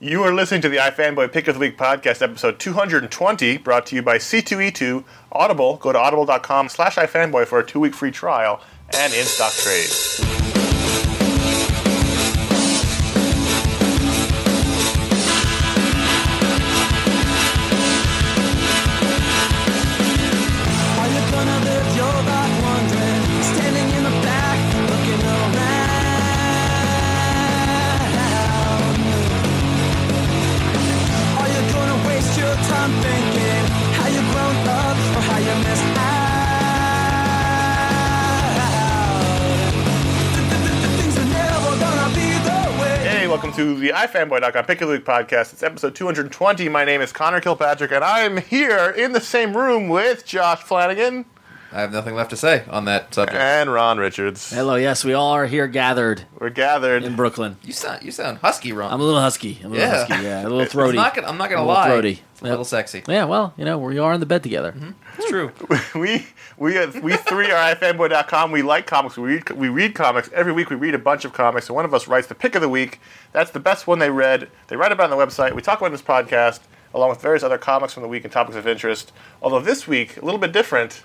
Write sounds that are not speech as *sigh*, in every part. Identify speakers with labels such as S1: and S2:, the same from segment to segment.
S1: You are listening to the iFanboy Pick of the Week podcast, episode 220, brought to you by C2E2, Audible. Go to audible.com slash iFanboy for a two-week free trial and in-stock trades.
S2: Are you gonna live your life wondering? Standing in the back, looking around. Are you gonna waste your time thinking how you grown up or how you missed out? Th- th- th- th- Things are never gonna be the way.
S1: Hey, welcome to the iFanboy.com Pick of the Week podcast. It's episode 220. My name is Connor Kilpatrick, and I am here in the same room with Josh Flanagan
S3: I have nothing left to say on that subject.
S1: and Ron Richards.
S4: Hello, yes, we all are here gathered
S1: We're
S4: in
S1: gathered.
S4: Brooklyn.
S3: You sound you sound husky, Ron.
S4: I'm a little husky. I'm a little
S3: Yeah.
S4: husky, yeah. A little
S3: *laughs* It's
S4: throaty.
S3: not gonna, I'm not gonna
S4: A little
S3: lie.
S4: throaty.
S3: It's a little sexy.
S4: yeah, well, you know, we are in the bed together.
S3: It's true.
S1: *laughs* We we uh, we three are iFanboy.com. We like comics. We read we read comics every week. We read a bunch of comics, and one of us writes the pick of the week. That's the best one they read. They write about it on the website. We talk about it in this podcast along with various other comics from the week and topics of interest. Although this week a little bit different.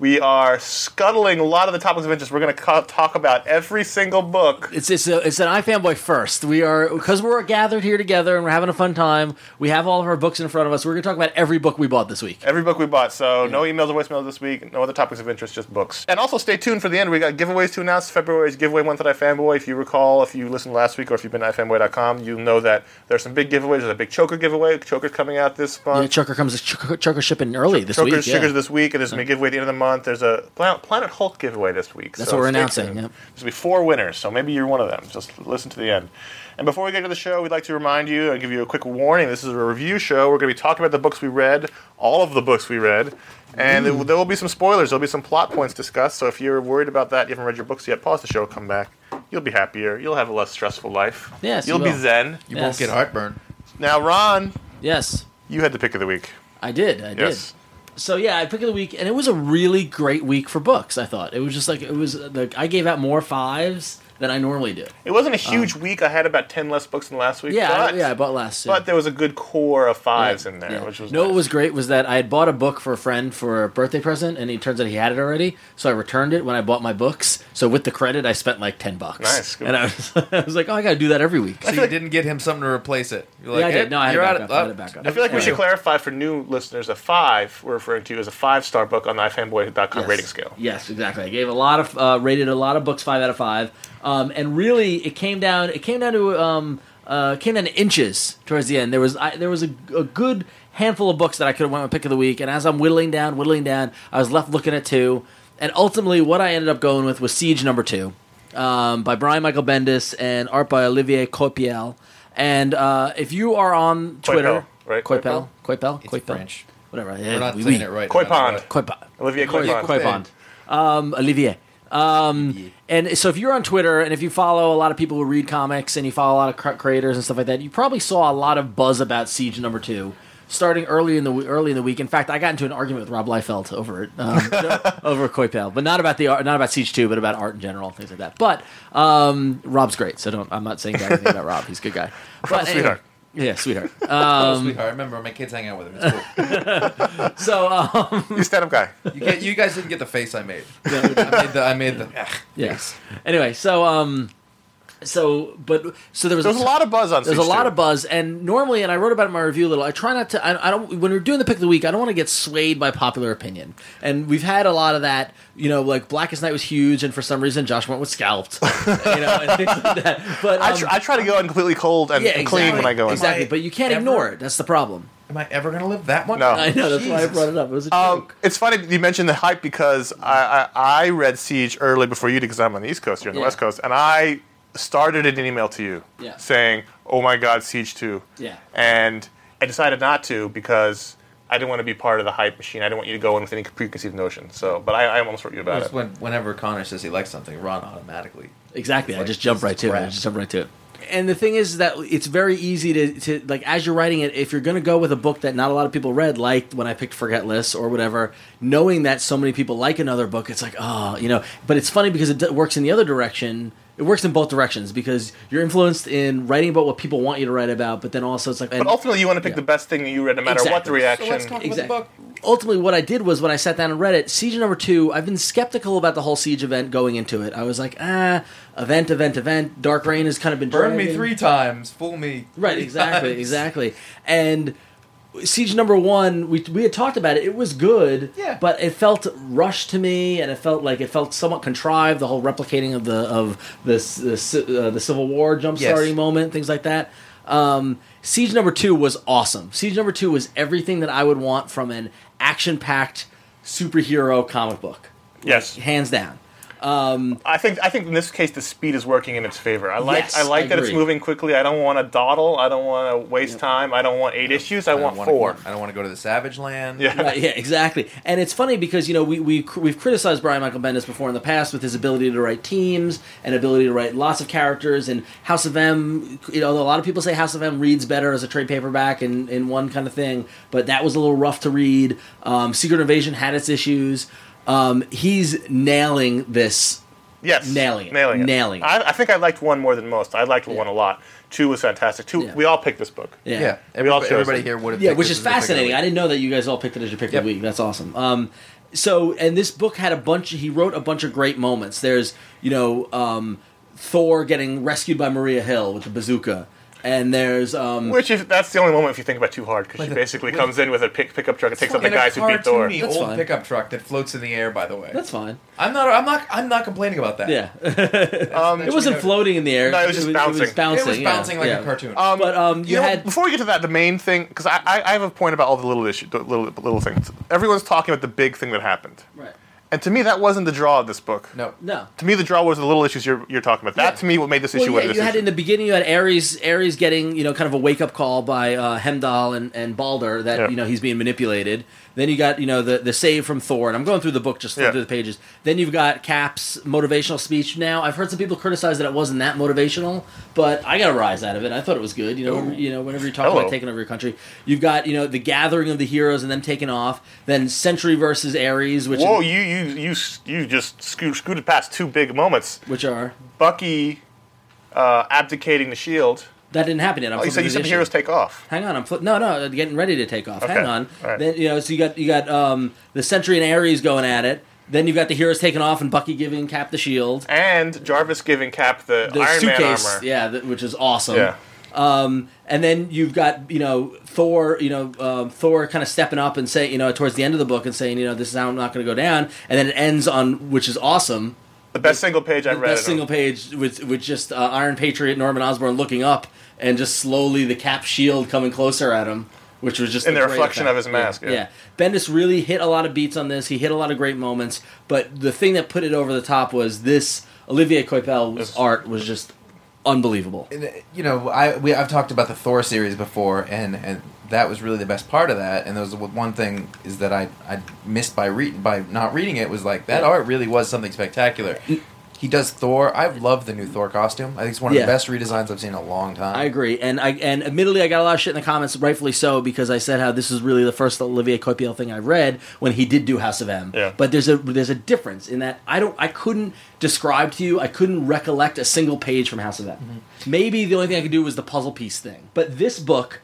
S1: We are scuttling a lot of the topics of interest. We're going to co- talk about every single book.
S4: It's it's a, it's an iFanboy first. We are because we're gathered here together and we're having a fun time. We have all of our books in front of us. We're going to talk about every book we bought this week.
S1: Every book we bought. So no emails or voicemails this week. No other topics of interest, just books. And also stay tuned for the end. We got giveaways to announce. February's giveaway month at iFanboy. If you recall, if you listened last week or if you've been at iFanboy.com, you know that there's some big giveaways. There's a big choker giveaway. Choker's coming out this month.
S4: Yeah, Uh, Chucker comes Chucker, Chucker shipping early this
S1: Joker's
S4: week. yeah.
S1: Sugars this week, and there's going to be a giveaway at the end of the month. There's a Plan- Planet Hulk giveaway this week.
S4: That's
S1: so
S4: what we're
S1: stay
S4: announcing,
S1: tuned.
S4: yep.
S1: There's going to be four winners, so maybe you're one of them. Just listen to the end. And before we get to the show, we'd like to remind you and give you a quick warning. This is a review show. We're going to be talking about the books we read, all of the books we read, and there will- there will be some spoilers. There'll be some plot points discussed. So if you're worried about that, you haven't read your books yet, pause the show, come back. You'll be happier. You'll have a less stressful life.
S4: Yes, you
S1: you'll be
S4: will.
S1: zen.
S3: You
S4: Yes.
S3: won't get heartburn.
S1: Now, Ron,
S4: Yes,
S1: you had the pick of the week.
S4: I did. I
S1: Yes.
S4: did. So yeah, I picked the week, and it was a really great week for books. I thought it was just like it was. Like, I gave out more fives than I normally do.
S1: It wasn't a huge week. I had about ten less books than last week.
S4: Um, Yeah, I-
S1: but-
S4: yeah, I bought last. year.
S1: But there was a good core of fives in there,
S4: Yeah.
S1: which was
S4: no.
S1: nice.
S4: What was great was that I had bought a book for a friend for a birthday present, and it turns out he had it already. So I returned it when I bought my books. So with the credit, I spent like ten bucks.
S1: Nice. Good.
S4: And I was, *laughs* I was like, oh, I got to do that every week.
S3: So you didn't get him something to replace it. You're like,
S4: yeah, I
S3: "Eh,
S4: did. No, I had
S3: you're
S4: it
S3: out
S4: back
S3: of-
S4: up. I had
S3: uh,
S4: it back up.
S1: I feel like we
S4: Yeah.
S1: should clarify for new listeners a five we're referring to as a five star book on the ifanboy.com
S4: Yes.
S1: rating scale.
S4: Yes, exactly. I gave a lot of uh, rated a lot of books five out of five, um, and really it came down it came down to um, uh, came down to inches towards the end. There was I, there was a, a good handful of books that I could have went with pick of the week, and as I'm whittling down, whittling down, I was left looking at two, and ultimately what I ended up going with was Siege number two, um, by Brian Michael Bendis and art by Olivier Coipel. And uh, if you are on Twitter,
S1: right?
S4: Coipel, Coipel,
S3: It's
S4: Coipel,
S3: French.
S4: whatever.
S3: We're not saying it right.
S1: Koi
S3: that's why.
S1: Pond.
S4: Coipel.
S1: Olivier
S4: Koi-
S1: Coipon.
S4: Koi Bond. Um, Olivier. Um, and so if you're on Twitter and if you follow a lot of people who read comics and you follow a lot of cr- creators and stuff like that, you probably saw a lot of buzz about Siege Number Two. Starting early in the w- early in the week. In fact, I got into an argument with Rob Liefeld over it, um, *laughs* over Coipel, but not about the art, not about Siege Two, but about art in general, things like that. But um, Rob's great, so don't. I'm not saying bad anything about Rob. He's a
S1: *laughs*
S4: good guy. But anyway-
S1: sweetheart.
S4: yeah, sweetheart. Uh, Um,
S3: Oh, sweetheart, I remember my kids hanging out with him. It's cool.
S4: *laughs* so *laughs* um,
S1: You stand up guy.
S3: you, get, you guys didn't get the face I made.
S1: *laughs*
S3: I made the. I made the ah.
S4: yes. Anyway, so um, so but so there was
S1: There was a lot of buzz on
S4: There's a lot of buzz, and normally, and I wrote about it in my review a little. I try not to. I, I don't. When we're doing the pick of the week, I don't want to get swayed by popular opinion. And we've had a lot of that. You know, like Blackest Night was huge, and for some reason, Josh Went
S1: *laughs*
S4: was scalped. you know, and things like that. But
S1: I,
S4: um,
S1: tr- I try to go in completely cold and,
S4: yeah,
S1: and clean when I go in.
S4: Exactly, but you can't
S3: Ever-
S4: ignore it. That's the problem.
S3: Am I ever gonna live that one?
S1: No.
S4: I know. That's why I
S3: Jesus.
S4: brought it up. It was a
S1: Um,
S4: joke.
S1: it's funny you mentioned the hype because I, I, I read Siege early before you did because I'm on the East Coast, you're on the
S4: Yeah.
S1: West Coast, and I started in an email to you
S4: Yeah.
S1: saying, "Oh my God, Siege 2.
S4: Yeah.
S1: and I decided not to because I didn't want to be part of the hype machine. I didn't want you to go in with any preconceived notion. So, but I, I almost wrote you about
S3: Just
S1: it.
S3: when, whenever Connor says he likes something, Ron automatically.
S4: Exactly. I
S3: like,
S4: just jump
S3: this
S4: right
S3: is
S4: to it. I
S3: crap.
S4: just jump right to it. And the thing is that it's very easy to, to like as you're writing it, if you're going to go with a book that not a lot of people read, like when I picked Forgetless or whatever, knowing that so many people like another book, it's like oh, you know. But it's funny because it d- works in the other direction. It works in both directions because you're influenced in writing about what people want you to write about, but then also it's like.
S1: But ultimately, you want to pick the best thing that you read, no matter what the
S4: Exactly. So
S1: reaction.
S4: Exactly. Ultimately, what I did was when I sat down and read it, Siege number two, I've been skeptical about the whole Siege event going into it. I was like, ah, event, event, event. Dark Rain has kind of been
S3: Burn me
S4: dragging-
S3: three times, fool me.
S4: Right,
S3: three *laughs*
S4: exactly,
S3: times.
S4: exactly. And Siege number one, we, we had talked about it. It was good,
S3: Yeah.
S4: but it felt rushed to me, and it felt like it felt somewhat contrived. The whole replicating of the of this the, ci- uh, the Civil War jump starting
S3: Yes.
S4: moment, things like that. Um, Siege number two was awesome. Siege number two was everything that I would want from an action packed superhero comic book,
S1: Yes,
S4: hands down.
S1: I think I think in this case the speed is working in its favor. I like
S4: Yes,
S1: I like
S4: I
S1: that it's
S4: agree.
S1: moving quickly. I don't want to dawdle. I don't want to waste time. I don't want eight issues. I,
S3: I don't
S1: want
S3: wanna-
S1: four.
S3: I don't want to go to the Savage Land.
S1: Yeah.
S4: *laughs* Right, yeah, exactly. And it's funny because you know we we we've criticized Brian Michael Bendis before in the past with his ability to write teams and ability to write lots of characters. And House of M, you know, a lot of people say House of M reads better as a trade paperback in in one kind of thing, but that was a little rough to read. Um, Secret Invasion had its issues. Um, he's nailing this.
S1: Yes,
S4: Nailing it.
S1: nailing it,
S4: Nailing it.
S1: I, I think I liked one more than most. I liked one a lot. Two was fantastic. Two,
S4: Yeah.
S1: we all picked this book.
S4: Yeah.
S3: Yeah,
S1: We all
S3: everybody,
S1: chose
S3: everybody
S1: it.
S3: here would have.
S4: Yeah,
S3: picked
S4: which
S3: this
S4: is
S3: as their pick of the
S4: fascinating.
S3: week.
S4: I didn't know that you guys all picked it as your pick
S3: Yep.
S4: of the week. That's awesome. Um, so and this book had a bunch he wrote a bunch of great moments there's you know um, thor getting rescued by maria hill with the bazooka and there's um,
S1: Which is that's the only moment if you think about it too hard because she basically comes in with a pick, pickup truck and takes up the
S3: In a
S1: guys who beat Thor.
S3: cartoony
S4: That's
S3: old
S4: fine.
S3: pickup truck that floats in the air. By the way,
S4: that's fine
S3: I'm not. I'm not. I'm not complaining about that.
S4: yeah
S1: Um,
S4: *laughs* it wasn't floating in the air
S1: No, it was just
S4: it was
S1: bouncing.
S3: It
S4: bouncing
S3: was
S4: yeah,
S3: bouncing like
S4: yeah.
S3: a cartoon.
S1: Um,
S4: but um you,
S1: You know,
S4: had
S1: before we get to that, the main thing because I, I I have a point about all the little issue, the little little things. Everyone's talking about the big thing that happened,
S4: right
S1: and to me that wasn't the draw of this book.
S3: no.
S4: no
S1: To me, the draw was the little issues you're, you're talking about. That to me what made this issue
S4: Well,
S1: what
S4: yeah,
S1: it is.
S4: you had in the beginning. You had Ares, Ares getting you know kind of a wake up call by uh, Hemdall and, and Balder that
S1: Yeah.
S4: you know he's being manipulated. Then you got you know the the save from Thor, and I'm going through the book just flipping
S1: Yeah.
S4: through the pages. Then you've got Cap's motivational speech. Now I've heard some people criticize that it wasn't that motivational, but I got a rise out of it. I thought it was good. You know, you know whenever you're talking
S1: Oh. Hello.
S4: about taking over your country, you've got you know the gathering of the heroes and them taking off. Then Century versus Ares, which
S1: Whoa, you you you s- you just scoot, scooted past two big moments.
S4: which are
S1: Bucky uh, abdicating the shield.
S4: that didn't happen yet. I'm
S1: Oh, you
S4: flipping
S1: said you
S4: through
S1: said
S4: the
S1: the
S4: issue.
S1: heroes take off.
S4: Hang on, I'm flip. No, no, getting ready to take off. Hang on.
S1: all right.
S4: Then you know, so you got you got um, the Sentry and Ares going at it. Then you've got the heroes taking off and Bucky giving Cap the shield,
S1: And Jarvis giving Cap the,
S4: the
S1: Iron
S4: suitcase,
S1: Man armor.
S4: yeah, th- which is awesome.
S1: Yeah.
S4: Um, and then you've got you know Thor, you know um, Thor kind of stepping up and saying you know towards the end of the book and saying you know this is how I'm not going to go down. And then it ends on which is awesome.
S1: The best single page I've read.
S4: Best single page with with just uh, Iron Patriot Norman Osborn looking up and just slowly the cap shield coming closer at him, which was just
S1: And
S4: a
S1: the
S4: great
S1: reflection
S4: effect.
S1: of his mask,
S4: Yeah.
S1: yeah.
S4: Bendis really hit a lot of beats on this. He hit a lot of great moments, but the thing that put it over the top was this Olivier Coipel's art was just unbelievable.
S3: And, uh, You know, I we I've talked about the Thor series before, and and that was really the best part of that. And there was one thing is that I I missed by read by not reading it was like that art really was something spectacular.
S4: Mm.
S3: He does Thor. I love the new Thor costume. I think it's one of
S4: Yeah.
S3: the best redesigns I've seen in a long time.
S4: I agree, and I and admittedly, I got a lot of shit in the comments, rightfully so, because I said how this is really the first Olivier Coipel thing I read when he did do House of M.
S1: Yeah.
S4: But there's a there's a difference in that I don't I couldn't describe to you I couldn't recollect a single page from House of M. Maybe the only thing I could do was the puzzle piece thing. But this book,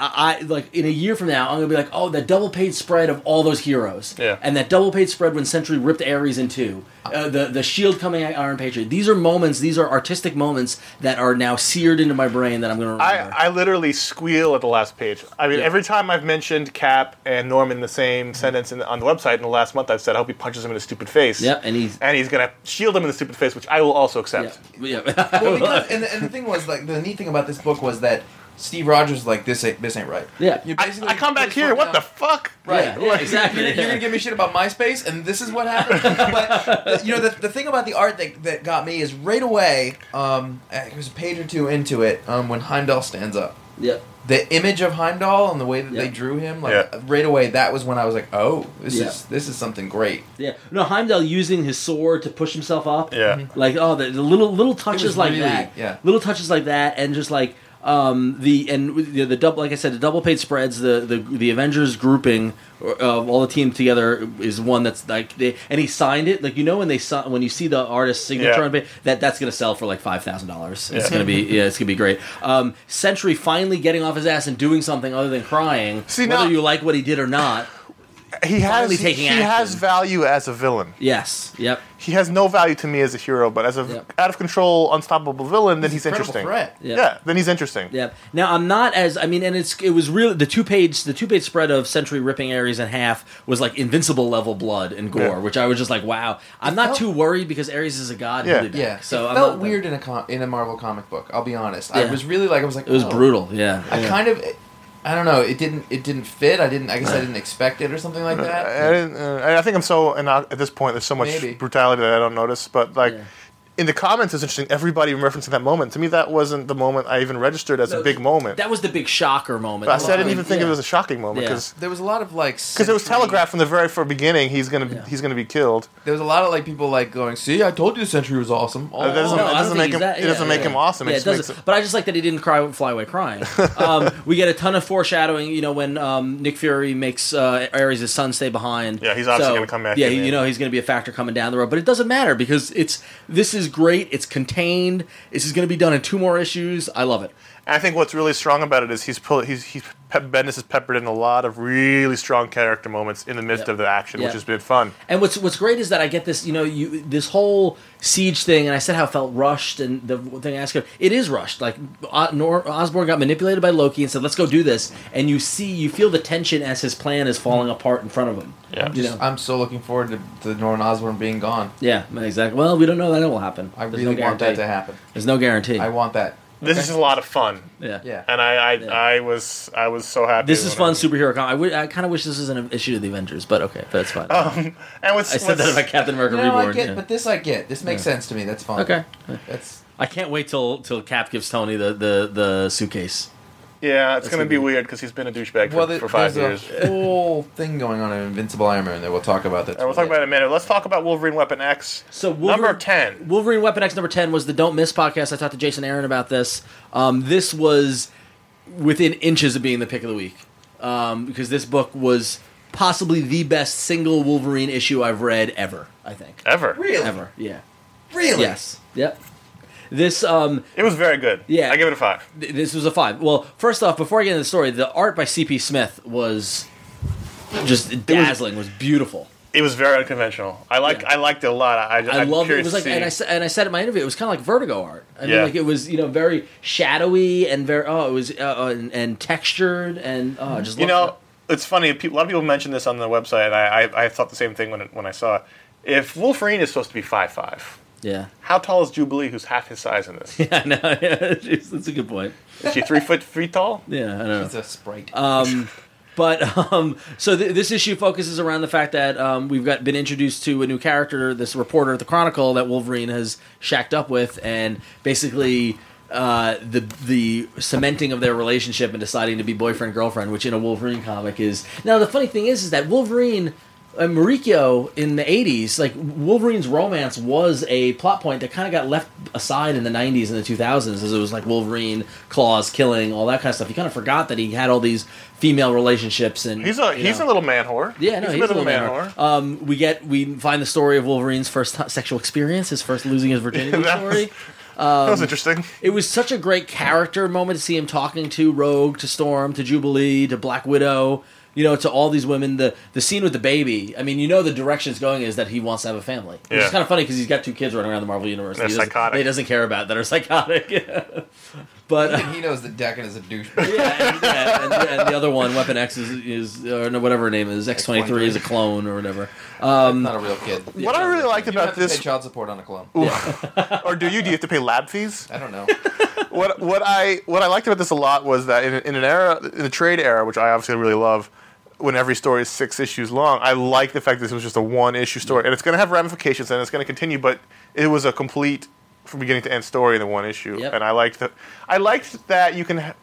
S4: I, I like in a year from now I'm gonna be like, oh, that double page spread of all those heroes,
S1: Yeah.
S4: and that double page spread when Sentry ripped Ares in two, uh, the the shield coming at Iron Patriot. These are moments, these are artistic moments that are now seared into my brain that I'm gonna
S1: I,
S4: remember.
S1: I literally squeal at the last page. I mean,
S4: Yeah.
S1: every time I've mentioned Cap and Norm in the same sentence in, on the website in the last month, I've said, I hope he punches him in the stupid face.
S4: Yep, and he's-
S1: and he's going to shield him in the stupid face, which I will also
S4: yeah,
S1: accept.
S4: yeah.
S3: *laughs* Well, because,
S4: *laughs*
S3: and, the, and the thing was like the neat thing about this book was that Steve Rogers was like this ain't this ain't right.
S4: Yeah.
S3: You
S1: I,
S3: basically
S1: I come back
S3: just
S1: here.
S3: went
S1: What the
S3: down-
S1: fuck?
S4: Yeah, yeah, exactly.
S3: You're, *laughs* you're gonna give me shit about MySpace, and this is what happened. but you know, the, the thing about the art that, that got me is right away. Um, it was a page or two into it um, when Heimdall stands up.
S4: Yep.
S3: The image of Heimdall and the way that
S4: Yeah.
S3: they drew him, like
S1: Yeah.
S3: right away, that was when I was like, "Oh, this
S4: Yeah.
S3: is this is something great."
S4: Yeah. No, Heimdall using his sword to push himself up.
S1: Yeah.
S4: Like oh, the, the little little touches
S3: Mm-hmm. was
S4: like
S3: really-
S4: that.
S3: yeah.
S4: Little touches like that, and just like um the and with the, the double like I said, the double page spreads. The the the Avengers grouping or, of all the team together is one that's like they and he signed it. Like you know when they si- when you see the artist's signature
S1: Yeah.
S4: on it, that that's gonna sell for like five thousand dollars. It's gonna be yeah, it's gonna be great. Um, Sentry finally getting off his ass and doing something other than crying.
S1: See,
S4: whether
S1: now-
S4: you like what he did or not.
S1: He has,
S4: Finally
S1: he,
S4: taking
S1: he has
S4: action.
S1: value as a villain.
S4: Yes. Yep.
S1: He has no value to me as a hero, but as a
S4: Yep.
S1: out of control, unstoppable villain, then he's
S3: Incredible
S1: interesting.
S3: threat.
S4: Yeah.
S1: Yeah, then he's interesting.
S4: Yeah. Now I'm not as I mean, and it's it was really the two page the two page spread of Sentry ripping Ares in half was like invincible level blood and gore,
S1: Yeah.
S4: which I was just like, wow. I'm not
S3: felt-
S4: too worried because Ares is a god.
S1: Yeah.
S4: he'll be back.
S3: Yeah,
S4: So
S3: so it
S4: I'm
S3: felt
S4: not-
S3: weird in a com- in a Marvel comic book. I'll be honest.
S4: Yeah.
S3: I was really like, I was like,
S4: It was
S3: "Oh."
S4: brutal. Yeah.
S3: I
S4: yeah.
S3: kind of, I don't know. It didn't it didn't fit. I didn't. I guess I didn't expect it or something like that.
S1: I, didn't, uh, I think I'm so and at this point there's so much
S3: Maybe.
S1: brutality that I don't notice. But like
S4: Yeah.
S1: in the comments, it's interesting. Everybody referencing that moment. To me, that wasn't the moment I even registered as
S4: No,
S1: a big moment.
S4: That was the big shocker moment.
S1: but I, said I didn't
S4: Like,
S1: even think
S4: yeah.
S1: it was a shocking moment
S4: Yeah.
S1: because
S3: There was a lot of like
S1: it was
S3: Sentry-
S1: telegraphed from the very first beginning. He's gonna
S4: Yeah.
S1: he's gonna be killed.
S3: There was a lot of like people like going, "See, I told you Century was awesome." Oh, all
S1: Uh, that doesn't-
S3: along."
S1: it
S4: I don't
S1: doesn't
S4: think
S1: make
S4: he's
S1: him- it doesn't make him awesome, it
S4: Yeah, it
S1: just makes
S4: doesn't.
S1: him-
S4: But I just like that he didn't cry, fly away crying.
S1: *laughs*
S4: um, we get a ton of foreshadowing. You know when um, Nick Fury makes uh, Ares' son stay behind.
S1: Yeah, he's obviously gonna come back
S4: Yeah,
S1: in the
S4: you
S1: end.
S4: know he's going to be a factor coming down the road. But it doesn't matter because it's this is is great. It's contained. This is going to be done in two more issues. I love it.
S1: And I think what's really strong about it is he's pull, he's he's Pep Bendis has peppered in a lot of really strong character moments in the midst
S4: Yep.
S1: of the action,
S4: Yep.
S1: which has been fun.
S4: And what's what's great is that I get this, you know, you this whole siege thing, and I said how it felt rushed, and the thing I asked her, it is rushed. Like O- Nor- Osborne got manipulated by Loki and said, "Let's go do this," and you see, you feel the tension as his plan is falling apart in front of him.
S1: Yeah.
S4: you know,
S3: I'm so looking forward to, to Norman Osborn being gone.
S4: yeah, exactly. Well, we don't know that it will happen.
S3: I
S4: There's
S3: really
S4: no
S3: want that
S4: guarantee.
S3: to happen.
S4: There's no guarantee.
S3: I want that.
S1: This is a lot of fun,
S4: yeah,
S3: Yeah.
S1: and I I,
S4: Yeah.
S1: I was I was so happy.
S4: This is
S1: when I-
S4: fun superhero. Con- I kind of wish this was an issue of the Avengers, but okay, that's fine.
S1: And what's,
S4: I said that
S1: what's-
S4: about Captain America
S3: Oh, No,
S4: Reborn.
S3: I get,
S4: yeah.
S3: but this I get. This makes sense to me. That's fine.
S4: Okay.
S3: That's
S4: I can't wait till till Cap gives Tony the the, the suitcase.
S1: *laughs* yeah, it's going to
S4: gonna
S1: be
S4: be-
S1: weird because he's been a douchebag for,
S3: well. There,
S1: for five
S3: there's
S1: years. *laughs*
S3: a whole thing going on in Invincible Iron Man that we'll talk about. That's
S1: And we'll talk about it
S3: related.
S1: in a minute. Let's talk about Wolverine Weapon X.
S4: So Wolverine,
S1: number ten.
S4: Wolverine Weapon X number ten was the Don't Miss podcast. I talked to Jason Aaron about this. Um, this was within inches of being the pick of the week um, because this book was possibly the best single Wolverine issue I've read ever. I think
S1: Ever.
S3: Really?
S4: ever. Yeah.
S3: Really?
S4: Yes. Yep. This um,
S1: It was very good.
S4: Yeah.
S1: I give it a five.
S4: Th- this was a five. Well, first off, before I get into the story, the art by CP Smith was just dazzling. Was, beautiful.
S1: It was very unconventional. I like
S4: Yeah.
S1: I liked it a lot. I
S4: I
S1: I'm
S4: loved it. It
S1: curious
S4: was
S1: to
S4: like,
S1: see.
S4: and I sa- and I said in my interview, it was kind of like Vertigo art. I mean,
S1: Yeah.
S4: like it was you know very shadowy and very oh it was uh, uh, and, and textured and oh I just
S1: You
S4: loved
S1: know, it's funny. pe- A lot of people mentioned this on the website. and I, I, I thought the same thing when it, when I saw it. If Wolverine is supposed to be five five,
S4: it. *laughs* yeah.
S1: how tall is Jubilee, who's half his size in
S4: *laughs*
S1: this?
S4: Yeah, no, yeah, it's- that's a good point.
S1: Is she three foot three tall?
S4: Yeah, I don't know.
S3: It's a sprite.
S4: Um, but um, so th- this issue focuses around the fact that um, we've got been introduced to a new character, this reporter at the Chronicle that Wolverine has shacked up with, and basically uh, the the cementing of their relationship and deciding to be boyfriend girlfriend, which in a Wolverine comic is now the funny thing is is that Wolverine. Uh, Marikyo in the 80s, like Wolverine's romance was a plot point that kind of got left aside in the 90s and the 2000s as it was like Wolverine, claws, killing, all that kind of stuff. You kind of forgot that he had all these female relationships and
S1: He's a
S4: you
S1: he's a
S4: know.
S1: little man whore.
S4: Yeah, no, he's, a little man whore. Um, we get we find the story of Wolverine's first t- sexual experience, his first losing
S1: *laughs*
S4: his virginity
S1: That was-
S4: story.
S1: that
S4: Um,
S1: was interesting.
S4: It was such a great character moment to see him talking to Rogue, to Storm, to Jubilee, to Black Widow. You know, to all these women. The the scene with the baby. I mean, you know, the direction it's going is that he wants to have a family. Which
S1: Yeah.
S4: is kind of funny because he's got two kids running around the Marvel universe.
S1: They're
S4: that he doesn't-
S1: psychotic.
S4: That he doesn't care about that are psychotic. *laughs* but uh,
S3: Even *laughs* he knows that Deccan is a
S4: *laughs*
S3: douchebag.
S4: yeah, and, yeah, and, and the other one, Weapon X, is, is or no, whatever her name is, X twenty three is a clone or whatever. um,
S3: He's not a real kid.
S1: what I really liked
S3: You don't
S1: about
S3: have to
S1: this,
S3: pay child support on a clone.
S4: *laughs*
S1: or do you? Do you have to pay lab fees?
S3: I *laughs* don't know.
S1: what what I what I liked about this a lot was that in, in an era in the trade era, which I obviously really love, when every story is six issues long, I like the fact that this was just a one issue story, and it's going to have ramifications and it's going to continue, but it was a complete from beginning to end story in the one issue,
S4: Yep.
S1: and I liked that. I liked that you can. Ha-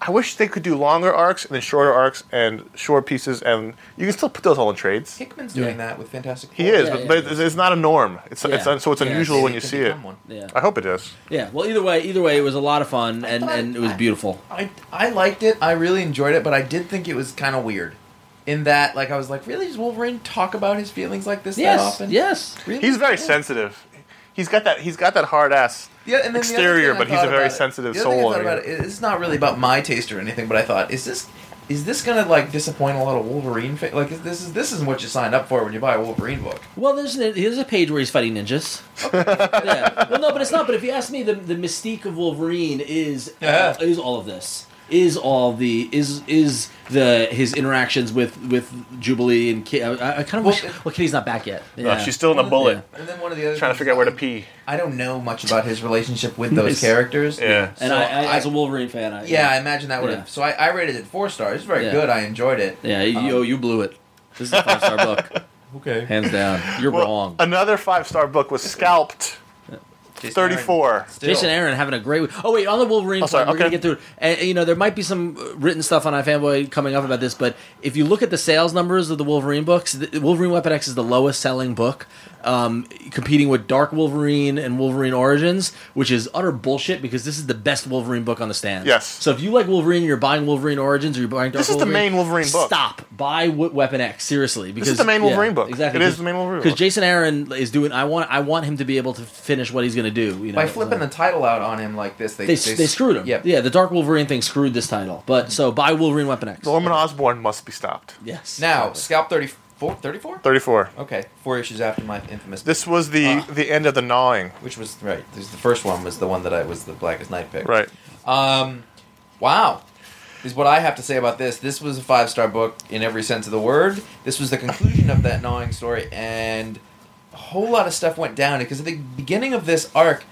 S1: I wish they could do longer arcs and then shorter arcs and short pieces, and you can still put those all in trades.
S3: Hickman's doing that with Fantastic.
S1: He
S3: Four.
S1: is,
S4: Yeah,
S1: but,
S4: yeah,
S1: but it's, it's not a norm. It's, it's
S4: Yeah.
S1: so it's
S4: Yeah,
S1: unusual
S4: it's-
S1: when you
S3: it can
S1: see it.
S3: become one.
S4: Yeah,
S1: I hope it is.
S4: yeah. Well, either way, either way, it was a lot of fun and
S3: thought-
S4: and it was
S3: I-
S4: beautiful.
S3: I I liked it. I really enjoyed it, but I did think it was kind of weird. In that, like, I was like, really, does Wolverine talk about his feelings like this that
S4: Yes,
S3: often?
S4: yes.
S3: Really?
S1: He's very
S3: Yeah.
S1: sensitive. He's got that. He's got that hard ass.
S3: Yeah, and then the other
S1: exterior,
S3: thing I
S1: but he's
S3: thought
S1: a very
S3: about it-
S1: sensitive
S3: the other thing I
S1: soul.
S3: thought about it- it's not really about my taste or anything, but I thought, is this is this gonna like disappoint a lot of Wolverine? Fa- like, is this is this isn't what you sign up for when you buy a Wolverine book.
S4: Well, there's a, there's a page where he's fighting ninjas. yeah. Well, no, but it's not. But if you ask me, the the mystique of Wolverine is
S1: Uh-huh.
S3: Yeah.
S4: is all of this. Is all the is is the his interactions with with Jubilee and Kid? I, I kind
S3: Well,
S4: of wish.
S3: it-
S4: Well, Kitty's not back yet.
S1: Uh,
S4: Yeah.
S1: she's still in a bullet,
S3: And then one of the other
S1: trying to
S3: things-
S1: figure out where to pee.
S3: I don't know much about his relationship with those
S4: Nice.
S3: characters.
S1: Yeah.
S4: and
S3: So
S4: I, I,
S3: I-
S4: as a Wolverine fan, I,
S3: Yeah, I imagine that would have.
S4: Yeah.
S3: So I, I rated it four stars. It's very
S4: Yeah.
S3: good. I enjoyed it.
S4: yeah, you,
S1: Um,
S4: yo, you blew it. This is a five star book,
S3: Okay.
S4: hands down. You're
S1: Well,
S4: wrong.
S1: Another five star book was scalped. Thirty four.
S4: Jason Aaron having a great week. Oh wait, on the Wolverine,
S1: Oh,
S4: part,
S1: sorry,
S4: we're gonna
S1: okay.
S4: get through. it. And you know, there might be some uh, written stuff on iFanboy coming up about this, but if you look at the sales numbers of the Wolverine books, the, Wolverine Weapon X is the lowest selling book, um, competing with Dark Wolverine and Wolverine Origins, which is utter bullshit because this is the best Wolverine book on the stand.
S1: Yes.
S4: So if you like Wolverine, and you're buying Wolverine Origins or you're buying Dark
S1: This is the main Wolverine book.
S4: Stop. Buy w- Weapon X seriously because
S1: is the main
S4: yeah,
S1: Wolverine book.
S4: Exactly.
S1: It is
S4: Because-
S1: the main Wolverine
S4: because
S1: book.
S4: Jason Aaron is doing. I want I want him to be able to finish what he's going to to do. You know, uh,
S3: By flipping the title out on him like this, they
S4: they, they, screwed him.
S3: Yep.
S4: Yeah, the Dark Wolverine thing screwed this title. But so buy Wolverine Weapon X.
S1: Norman Osborn must be stopped.
S4: Yes.
S3: Now, Scalp 34? 34?
S1: 34.
S3: Okay, four issues after my infamous.
S1: This was the
S3: Ah.
S1: the end of the gnawing.
S3: which was right. This is the first one was the one that I was the Blackest Night pick.
S1: Right.
S3: Um, wow, is what I have to say about this. This was a five star book in every sense of the word. This was the conclusion of that gnawing story, and a whole lot of stuff went down because at the beginning of this arc,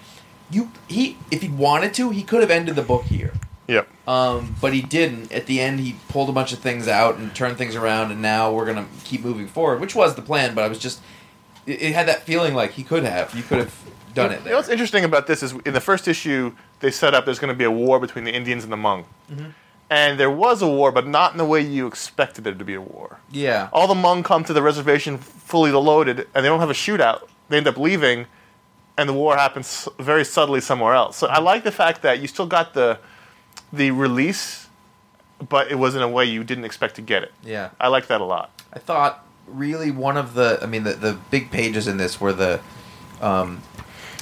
S3: you he if he wanted to, he could have ended the book here.
S1: Yep.
S3: Um, but he didn't. At the end, he pulled a bunch of things out and turned things around, and now we're gonna keep moving forward, which was the plan. But I was just, it, it had that feeling like he could have, you could have done
S1: You
S3: it.
S1: know
S3: There.
S1: what's interesting about this is in the first issue they set up there's going to be a war between the Indians and the Hmong,
S4: Mm-hmm.
S1: and there was a war, but not in the way you expected there to be a war.
S3: Yeah,
S1: All the Hmong come to the reservation fully loaded, and they don't have a shootout. They end up leaving, and the war happens very subtly somewhere else. So I like the fact that you still got the the release, but it was in a way you didn't expect to get it.
S3: yeah.
S1: I like that a *laughs* lot.
S3: I thought really one of the, I mean, the the big pages in this were the, um,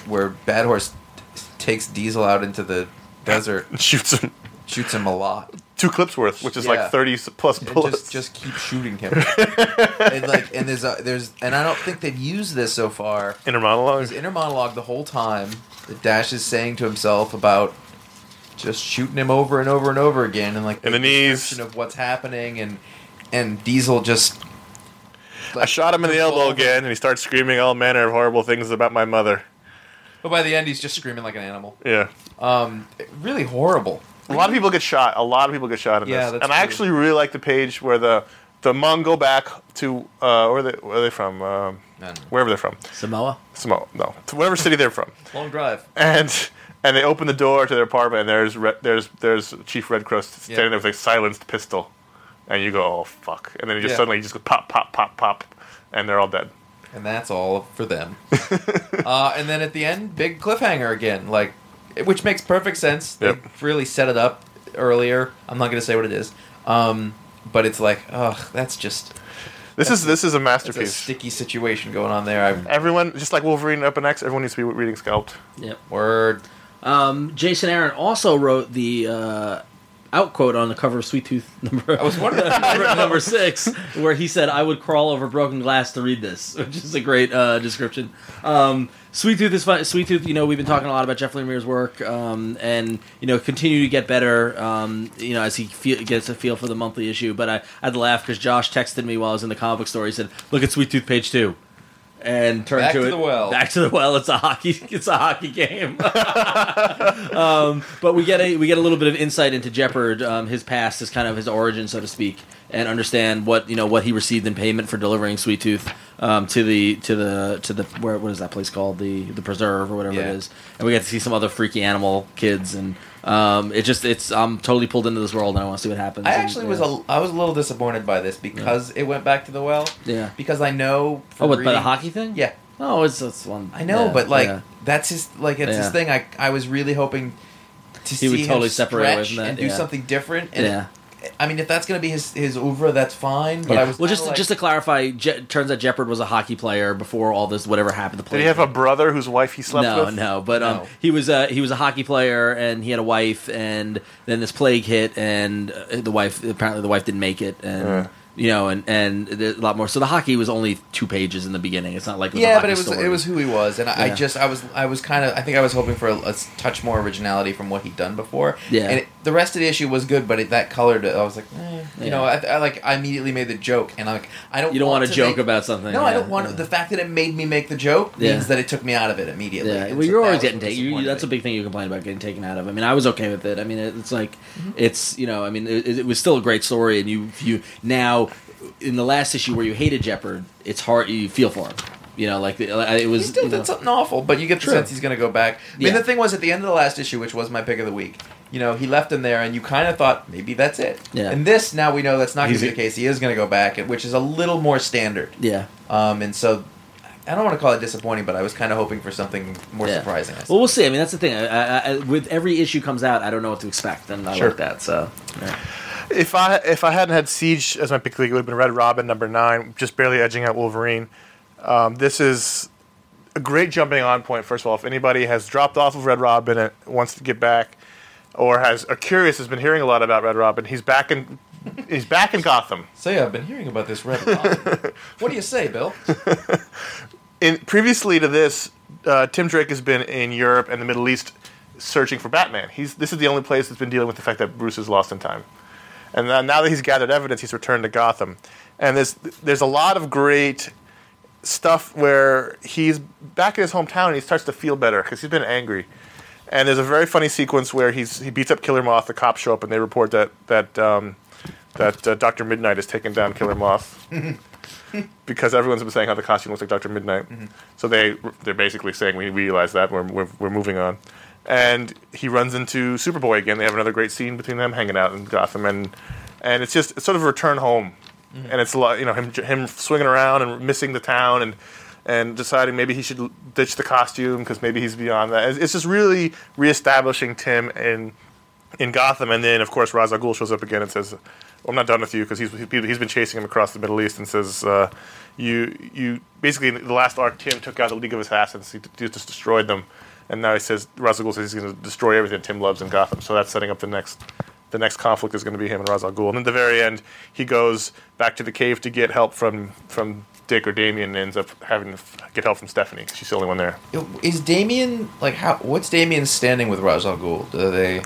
S3: where Bad Horse t- takes Diesel out into the desert,
S1: Shoots him
S3: shoots him a lot.
S1: two clips worth, which is
S3: Yeah.
S1: like thirty plus
S3: and
S1: bullets.
S3: just just keep shooting him. and like, and there's a, there's, and I don't think they've used this so far.
S1: inner monologue.
S3: His inner monologue the whole time that Dash is saying to himself about just shooting him over and over and over again, and like
S1: And the knees.
S3: description of what's happening, and and Diesel just.
S1: I shot him in the elbow
S3: Revolver.
S1: again, and he starts screaming all manner of horrible things about my mother.
S3: But by the end, he's just screaming like an animal.
S1: Yeah.
S3: Um, really horrible.
S1: A lot of people get shot. A lot of people get shot in
S3: Yeah,
S1: this.
S3: that's
S1: and I
S3: true.
S1: actually really like the page where the the Hmong go back to uh, where, they, where are they from? Um,
S3: I don't know.
S1: wherever they're from,
S4: Samoa.
S1: Samoa. No, to whatever city they're from. *laughs*
S3: Long drive.
S1: And and they open the door to their apartment, and there's re- there's there's Chief Red Cross standing
S3: Yeah.
S1: there with a silenced pistol, and you go, oh fuck, and then you just
S3: Yeah.
S1: suddenly you just go pop pop pop pop, and they're all dead.
S3: and that's all for them. *laughs* uh, and then at the end, big cliffhanger again, like it- which makes perfect sense. They
S1: Yep.
S3: really set it up earlier. I'm not going to say what it is, um, but it's like, ugh, that's just
S1: This is this is a
S3: it's a
S1: masterpiece.
S3: sticky situation going on there. I,
S1: Everyone, just like Wolverine up and X, everyone needs to be reading Scalped.
S4: Yep.
S3: word,
S4: Um, Jason Aaron also wrote the uh, out quote on the cover of Sweet Tooth *laughs* number. I was
S3: wondering- *laughs*
S4: *laughs* number six, where he said, "I would crawl over broken glass to read this," *laughs* which is a great uh, description. Um, Sweet Tooth is fun. Sweet Tooth, you know, we've been talking a lot about Jeff Lemire's work, um, and you know, continue to get better. Um, you know, as he feel, gets a feel for the monthly issue. But I, I had to laugh because Josh texted me while I was in the comic book store. He said, "Look at Sweet Tooth page two. And turn
S3: Back
S4: to,
S3: to
S4: it.
S3: the well.
S4: Back to the well. It's a hockey. *laughs* It's a hockey game. But we get a we get a little bit of insight into Jeopard, um, his past, his kind of his origin, so to speak, and understand what you know what he received in payment for delivering Sweet Tooth um, to the to the to the where what is that place called the the preserve or whatever
S3: Yeah.
S4: it is, and we get to see some other freaky animal kids, and um, it just it's I'm totally pulled into this world, and I want to see what happens.
S3: I
S4: and,
S3: actually
S4: yeah.
S3: was a, I was a little disappointed by this because it went back to the well.
S4: Yeah.
S3: because I know.
S4: oh,
S3: from
S4: what, by the
S3: reading-
S4: hockey thing?
S3: Yeah,
S4: Oh, it's it's one.
S3: I know,
S4: yeah,
S3: but like
S4: yeah.
S3: that's his like it's
S4: Yeah.
S3: his thing. I I was really hoping to
S4: He
S3: see
S4: would totally
S3: him
S4: separate away
S3: stretch
S4: from that,
S3: and do
S4: yeah.
S3: something different. And
S4: Yeah.
S3: I mean, if that's gonna be his his oeuvre, that's fine. But
S4: Yeah.
S3: I was
S4: well,
S3: kinda
S4: just
S3: like,
S4: just to clarify, Je- turns out Jeopard was a hockey player before all this whatever happened. to
S1: Did
S4: play.
S1: he have a brother whose wife he slept
S4: no,
S1: with?
S4: no. But um,
S3: No.
S4: he was a he was a hockey player, and he had a wife, and then this plague hit, and uh, the wife apparently the wife didn't make it, and
S1: Yeah.
S4: you know, and and there's a lot more. So the hockey was only two pages in the beginning. It's not like it was a
S3: yeah, but
S4: hockey
S3: it was
S4: story.
S3: it was who he was, and I,
S4: Yeah.
S3: I just I was I was kind of I think I was hoping for a, a touch more originality from what he'd done before.
S4: Yeah.
S3: and it, the rest of the issue was good, but it, that colored it. I was like, eh.
S4: Yeah.
S3: you know, I, I like I immediately made the joke, and I'm like I don't
S4: you don't
S3: want
S4: want to joke
S3: make-
S4: about something.
S3: No, I
S4: yeah,
S3: don't want
S4: yeah.
S3: the fact that it made me make the joke
S4: Yeah.
S3: means that it took me out of it immediately.
S4: Yeah,
S3: And
S4: well,
S3: so
S4: you're
S3: that
S4: always
S3: was
S4: getting
S3: what
S4: taken. You,
S3: disappointed
S4: that's a
S3: me.
S4: big thing you complain about getting taken out of. I mean, I was okay with it. I mean, it, it's like
S3: Mm-hmm.
S4: it's you know, I mean, it, it was still a great story, and you you now in the last issue where you hated Jeopard, it's hard you feel for him. You know, like the, I- it was.
S3: He still
S4: you know-
S3: did something awful, but you get the
S4: True.
S3: sense he's going to go back. I mean,
S4: Yeah.
S3: the thing was at the end of the last issue, which was my pick of the week. You know, he left him there, and you kind of thought maybe that's it.
S4: Yeah.
S3: And this now we know that's not going
S1: He's-
S3: to be the case. He is going to go back, and- which is a little more standard.
S4: Yeah.
S3: Um, and so I don't want to call it disappointing, but I was kind of hoping for something more
S4: Yeah.
S3: surprising. I
S4: Well, we'll see. I mean, that's the thing. I, I, I, with every issue comes out, I don't know what to expect, and I
S1: Sure.
S4: like that. So, yeah.
S1: If I if I hadn't had Siege as my pick, league, it would have been Red Robin number nine, just barely edging out Wolverine. Um, this is a great jumping on point. First of all, if anybody has dropped off of Red Robin and wants to get back, or has or curious has been hearing a lot about Red Robin, he's back in he's back in Gotham.
S3: So yeah, I've been hearing about this Red Robin.
S4: *laughs*
S3: what do you say, Bill?
S1: In previously to this, uh, Tim Drake has been in Europe and the Middle East searching for Batman. He's this is the only place that's been dealing with the fact that Bruce is lost in time. And now- now that he's gathered evidence, he's returned to Gotham. And there's there's a lot of great stuff where he's back in his hometown and he starts to feel better because he's been angry. And there's a very funny sequence where he's he beats up Killer Moth. The cops show up and they report that that um, that uh, Doctor Midnight has taken down Killer Moth because everyone's been saying how the costume looks like Doctor Midnight. So they they're basically saying we realize that we're, we're we're moving on. And he runs into Superboy again. They have another great scene between them hanging out in Gotham, and and it's just it's sort of a return home. And it's a lot, you know, him him swinging around and missing the town and and deciding maybe he should ditch the costume because maybe he's beyond that. It's- It's just really reestablishing Tim and in Gotham, and then of course Ra's al Ghul shows up again and says, "I'm not done with you," because he's he's been chasing him across the Middle East and says, uh, "You you basically in the last arc Tim took out the League of Assassins, he d- just destroyed them, and now he says Ra's al Ghul says he's going to destroy everything Tim loves in Gotham, so that's setting up the next." The next conflict is going to be him and Ra's al Ghul, and at the very end, he goes back to the cave to get help from from Dick or Damien, and ends up having to f- get help from Stephanie. 'cause She's the only one there.
S3: Is Damien like how? What's Damien's standing with Ra's al Ghul? Do they?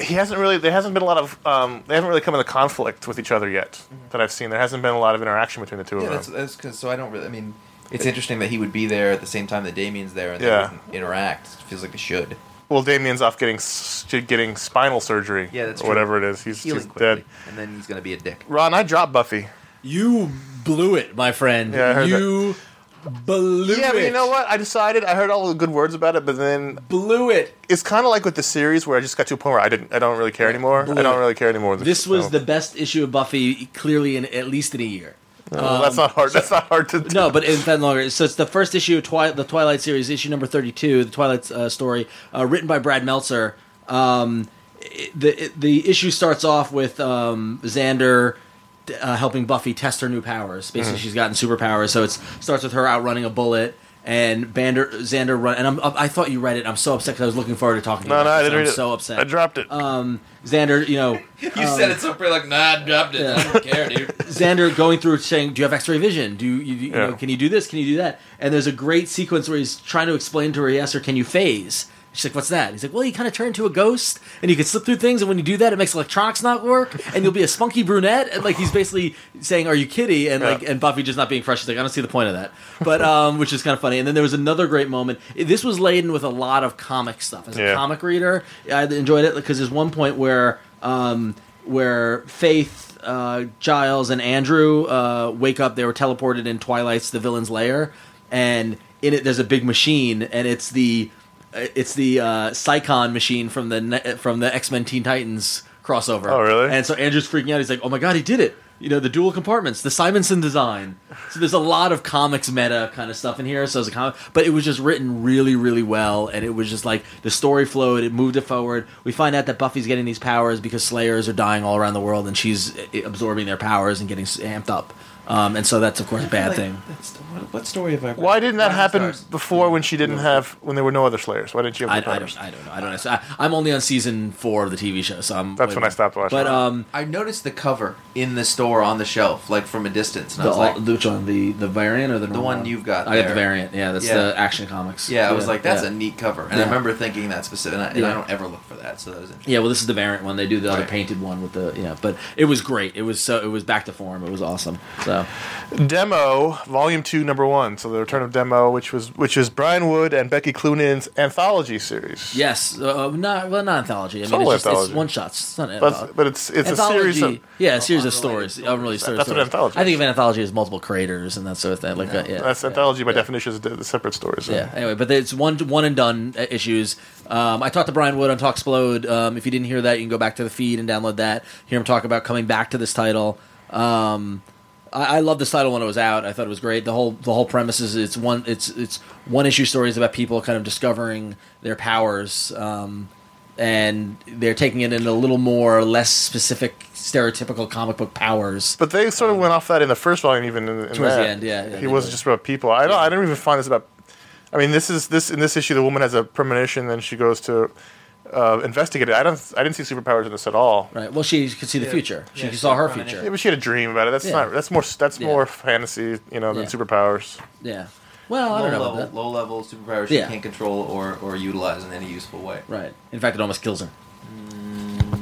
S1: he hasn't really there hasn't been a lot of um, they haven't really come into conflict with each other yet
S4: Mm-hmm.
S1: that I've seen. There hasn't been a lot of interaction between the two
S3: Yeah,
S1: of
S3: that's
S1: them.
S3: that's because so I don't really. I mean, it's interesting that he would be there at the same time that Damien's there and
S1: Yeah.
S3: they wouldn't interact. It feels like they should.
S1: Well, Damien's off getting s- getting spinal surgery.
S3: Yeah, that's
S1: or
S3: true.
S1: whatever it is. He's,
S3: Healing
S1: he's
S3: quickly,
S1: dead.
S3: and then he's gonna be a dick.
S1: Ron, I dropped Buffy.
S4: You blew it, my friend.
S1: Yeah, I heard
S4: you blew it.
S1: Yeah, but you know what? I decided. I heard all the good words about it, but then
S4: Blew it.
S1: it's kind of like with the series where I just got to a point where I didn't. I don't really care anymore. I don't really care anymore.
S4: This was
S1: so-
S4: the best issue of Buffy, clearly in at least in a year.
S1: Well, that's not hard. That's not hard to. Do.
S4: No, but it's been longer. So it's the first issue of Twi- the Twilight series, issue number thirty-two, the Twilight uh, story, uh, written by Brad Meltzer. Um, it- the it- the issue starts off with um, Xander uh, helping Buffy test her new powers. Basically,
S1: Mm.
S4: she's gotten superpowers, so it starts with her outrunning a bullet. And Bander Xander run and I'm, I thought you read it. I'm so upset because I was looking forward to talking. to you
S1: no, no,
S4: about
S1: I
S4: this,
S1: didn't
S4: and
S1: read
S4: I'm
S1: it.
S4: so upset. Uh,
S1: I dropped it.
S4: Xander, you know,
S1: *laughs*
S3: You
S4: Um,
S3: said it so pretty, like nah, I dropped it. I don't care, dude.
S4: Xander going through saying, "Do you have X-ray vision? Do you, you, you know?
S1: Yeah.
S4: Can you do this? Can you do that?" And there's a great sequence where he's trying to explain to her, "Yes, or can you phase?" She's like, "What's that?" He's like, "Well, you kind of turn into a ghost, and you can slip through things, and when you do that, it makes electronics not work, and you'll be a spunky brunette." And like, he's basically saying, "Are you kitty?" And like,
S1: Yeah.
S4: and Buffy just not being fresh. She's like, "I don't see the point of that," but um, which is kind of funny. And then there was another great moment. This was laden with a lot of comic stuff. As a
S1: Yeah.
S4: comic comic reader. I enjoyed it because there's one point where um, where Faith, uh, Giles, and Andrew uh, wake up. They were teleported in Twilight's The Villain's Lair, and in it there's a big machine, and it's the it's the uh, Psycon machine from the ne- from the X Men Teen Titans crossover.
S1: Oh, really?
S4: And so Andrew's freaking out. He's like, "Oh my god, he did it!" You know, the dual compartments, the Simonson design. So there's a lot of comics meta kind of stuff in here. So it's a comic, but it was just written really, really well, and it was just like the story flowed. It moved it forward. We find out that Buffy's getting these powers because Slayers are dying all around the world, and she's eh, absorbing their powers and getting s- amped up. Um, and so that's of course a bad
S3: Like,
S4: *laughs* thing.
S3: that's- what, what story have I? read?
S1: Why didn't that
S3: Rising
S1: happen
S3: Stars.
S1: before when she didn't have when there were no other Slayers? Why didn't she have
S4: I,
S1: the
S4: Mm-hmm. I
S1: powers?
S4: don't. I don't know. I don't know. I, I'm only on season four of the TV show, so I'm.
S1: That's when I stopped watching.
S4: But um,
S3: I noticed the cover in the store on the shelf, like from a distance, and I
S4: the,
S3: was like,
S4: the which one? The the variant or the normal
S3: one you've got
S4: I got
S3: there.
S4: the variant. Yeah, that's
S3: Yeah.
S4: the Action Comics.
S3: yeah, I was like, that's
S4: yeah.
S3: a neat cover, and
S4: Yeah.
S3: I remember thinking that specific, and, I, and I
S4: Yeah.
S3: don't ever look for that, so that was interesting.
S4: Yeah, well, this is the variant one. They do the other
S3: Right.
S4: painted one with the yeah, but it was great. It was so it was back to form. It was awesome. So
S1: Demo, Volume Two, Number One. So the return of Demo, which was which is Brian Wood and Becky Cloonan's anthology series.
S4: yes, uh, not well, not anthology. I mean,
S1: all
S4: it's, just, it's
S1: anthology.
S4: one shots. It's not an
S1: but,
S4: anthology.
S1: but it's it's a series. Of,
S4: yeah, a series of
S3: Unrelated
S4: stories, unrelated stories.
S1: That's what
S4: stories.
S1: anthology
S4: I think
S1: is.
S4: of an anthology as multiple creators and that sort of thing. Like, uh, yeah,
S1: that's
S4: yeah.
S1: anthology by definition is the separate stories.
S4: Yeah. Anyway, but it's one one and done uh, issues. Um, I talked to Brian Wood on Talksplode. Um, if you didn't hear that, you can go back to the feed and download that. Hear him talk about coming back to this title. Um, I, I love this title when it was out. I thought it was great. The whole the whole premise is it's one it's it's one issue stories about people kind of discovering their powers. Um, and they're taking it in a little more less specific stereotypical comic book powers.
S1: But they sort of went off that in the first volume, even in, in
S4: Towards the
S1: that.
S4: end, yeah, yeah,
S1: he
S4: they
S1: wasn't
S4: did.
S1: just about people. I don't. I didn't even find this about. I mean, this is this in this issue. The woman has a premonition, then she goes to uh, investigate it. I don't. I didn't see superpowers in this at all.
S4: Right. Well, she could see the future. She
S3: Yeah,
S4: saw her
S3: premonition.
S1: Yeah,
S4: future.
S1: but she had a dream about it. That's
S4: Yeah.
S1: not. That's more. That's
S4: Yeah.
S1: more fantasy, you know, than
S4: Yeah.
S1: superpowers.
S4: Yeah. Well, I
S3: low
S4: don't know.
S3: level,
S4: about that.
S3: low level superpowers
S4: Yeah.
S3: she can't control or, or utilize in any useful way.
S4: Right. In fact, it almost kills her.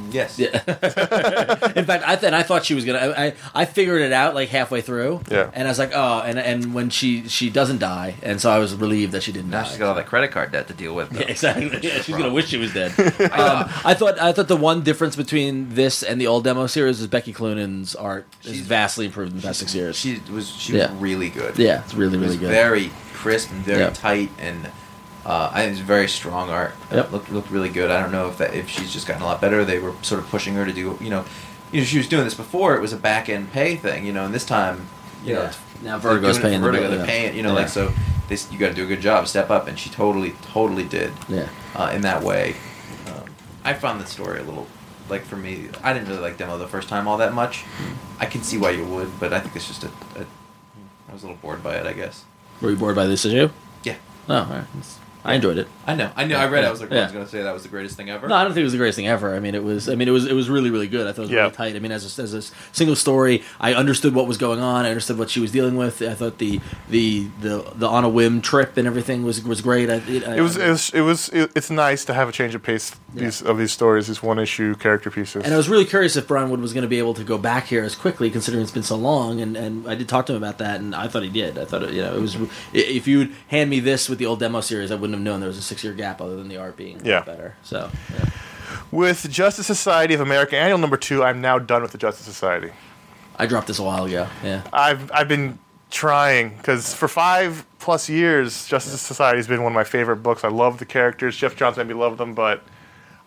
S3: Yes.
S4: Yeah. in fact, I th- and I thought she was gonna. I, I I figured it out like halfway through.
S1: Yeah.
S4: And I was like, oh, and and when she she doesn't die, and so I was relieved that she didn't
S3: Now
S4: die.
S3: she's got all that credit card debt to deal with. though.
S4: Yeah, *laughs* exactly. Yeah, she's gonna wish she
S3: *laughs*
S4: was dead. um, I thought I thought the one difference between this and the old demo series is Becky Cloonan's art is
S3: She's-
S4: vastly improved in the past six years.
S3: She was she
S4: Yeah.
S3: was really good.
S4: yeah, it's really
S3: It was
S4: really good.
S3: very crisp and very
S4: Yeah.
S3: tight and uh, I think it's very strong art.
S4: Yep.
S3: It looked looked really good. I don't know if that if she's just gotten a lot better. They were sort of pushing her to do you know, you know she was doing this before. It was a back end pay thing, you know, and this time you know
S4: Yeah.
S3: it's-
S4: Now
S3: they're
S4: Vertigo's
S3: doing it
S4: paying
S3: for
S4: the
S3: Vertigo.
S4: bill,
S3: They're
S4: yeah.
S3: paying you know
S4: Yeah.
S3: like so. This you got to do a good job. Step up, and she totally totally did.
S4: yeah.
S3: uh, in that way. Um, I found the story a little, like for me, I didn't really like demo the first time all that much. I can see why you would, but I think it's just a, a I was a little bored by it, I guess.
S4: Were you bored by this issue?
S3: Yeah,
S4: No, all right. It's- I enjoyed it.
S3: I know, I know. I read, it, I was like, I
S4: Yeah.
S3: was gonna say that was the greatest thing ever.
S4: No, I don't think it was the greatest thing ever. I mean, it was. I mean, it was. It was really, really good. I thought it was
S1: Yeah.
S4: really tight. I mean, as a, as a single story, I understood what was going on. I understood what she was dealing with. I thought the the the, the on a whim trip and everything was was great. I, it, I-
S1: It was. It was. It was it, it's nice to have a change of pace. These of these stories, these one issue character pieces.
S4: And I was really curious if Brian Wood was going to be able to go back here as quickly, considering it's been so long. And, and I did talk to him about that, and I thought he did. I thought it, you know it was. i- If you'd hand me this with the old demo series, I wouldn't have known there was a six year gap, other than the art being
S1: Yeah.
S4: better. So yeah.
S1: with Justice Society of America Annual Number Two. I'm now done with the Justice Society.
S4: I dropped this a while ago. Yeah,
S1: I've I've been trying because for five plus years, Justice Society has been one of my favorite books. I love the characters. Jeff Johns made me love them, but